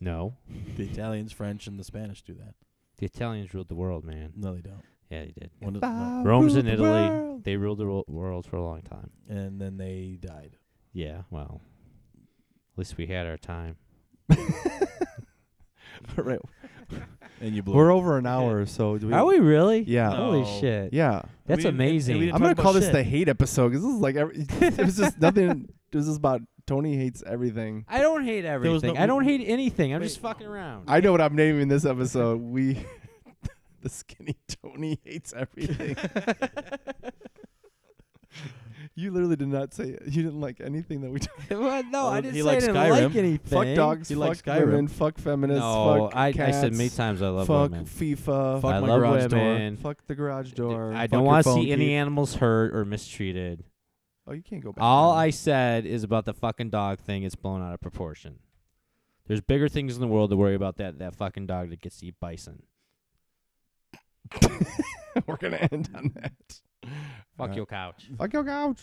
Speaker 3: No,
Speaker 4: The Italians, French, and the Spanish do that.
Speaker 3: the Italians ruled the world, man.
Speaker 4: No, they don't.
Speaker 3: Yeah, they did.
Speaker 4: One of- no.
Speaker 3: Rome's in Italy. *laughs* They ruled the ro- world for a long time.
Speaker 4: And then they died.
Speaker 3: Yeah, well, at least we had our time.
Speaker 2: right.
Speaker 4: And you blew.
Speaker 2: We're
Speaker 4: it.
Speaker 2: over an hour, so do we?
Speaker 3: Are we really?
Speaker 2: Yeah.
Speaker 3: Holy
Speaker 4: No.
Speaker 3: shit.
Speaker 2: Yeah.
Speaker 3: That's
Speaker 4: We- and- and we
Speaker 3: amazing.
Speaker 4: didn't
Speaker 2: I'm
Speaker 4: talk
Speaker 2: gonna
Speaker 4: about
Speaker 2: call this
Speaker 4: shit.
Speaker 2: the hate episode because this is like every. *laughs* it was just nothing. It was just about Tony hates everything.
Speaker 3: I don't hate
Speaker 4: was
Speaker 3: everything.
Speaker 4: no-
Speaker 3: I don't hate anything. I'm
Speaker 4: Wait.
Speaker 3: just fucking around. *laughs*
Speaker 2: I know what I'm naming this episode. We, *laughs* the skinny Tony hates everything. *laughs* you literally did not say you didn't like anything that we talked.
Speaker 3: Well,
Speaker 2: Oh,
Speaker 3: no, I
Speaker 4: Well,
Speaker 3: didn't
Speaker 4: he
Speaker 3: say I
Speaker 4: likes
Speaker 3: didn't
Speaker 4: Skyrim.
Speaker 3: like anything.
Speaker 2: Fuck dogs.
Speaker 4: He
Speaker 2: fuck
Speaker 4: likes Skyrim.
Speaker 2: women. Fuck feminists.
Speaker 3: No,
Speaker 2: fuck
Speaker 3: I, I
Speaker 2: cats,
Speaker 3: said many times I love
Speaker 2: fuck
Speaker 3: women.
Speaker 2: FIFA.
Speaker 4: Fuck
Speaker 3: I
Speaker 4: my
Speaker 3: love
Speaker 4: garage door.
Speaker 3: women.
Speaker 2: Fuck the garage door.
Speaker 3: I
Speaker 2: fuck
Speaker 3: don't
Speaker 2: your
Speaker 3: want to
Speaker 2: phone
Speaker 3: see any
Speaker 2: key.
Speaker 3: animals hurt or mistreated.
Speaker 2: Oh, you can't go back.
Speaker 3: All
Speaker 2: now. *laughs*
Speaker 3: I said is about the fucking dog thing. It's blown out of proportion. There's bigger things in the world to worry about that that fucking dog that gets to eat bison.
Speaker 2: We're gonna end on that.
Speaker 3: Fuck
Speaker 2: Uh,
Speaker 3: your couch.
Speaker 2: Fuck your couch.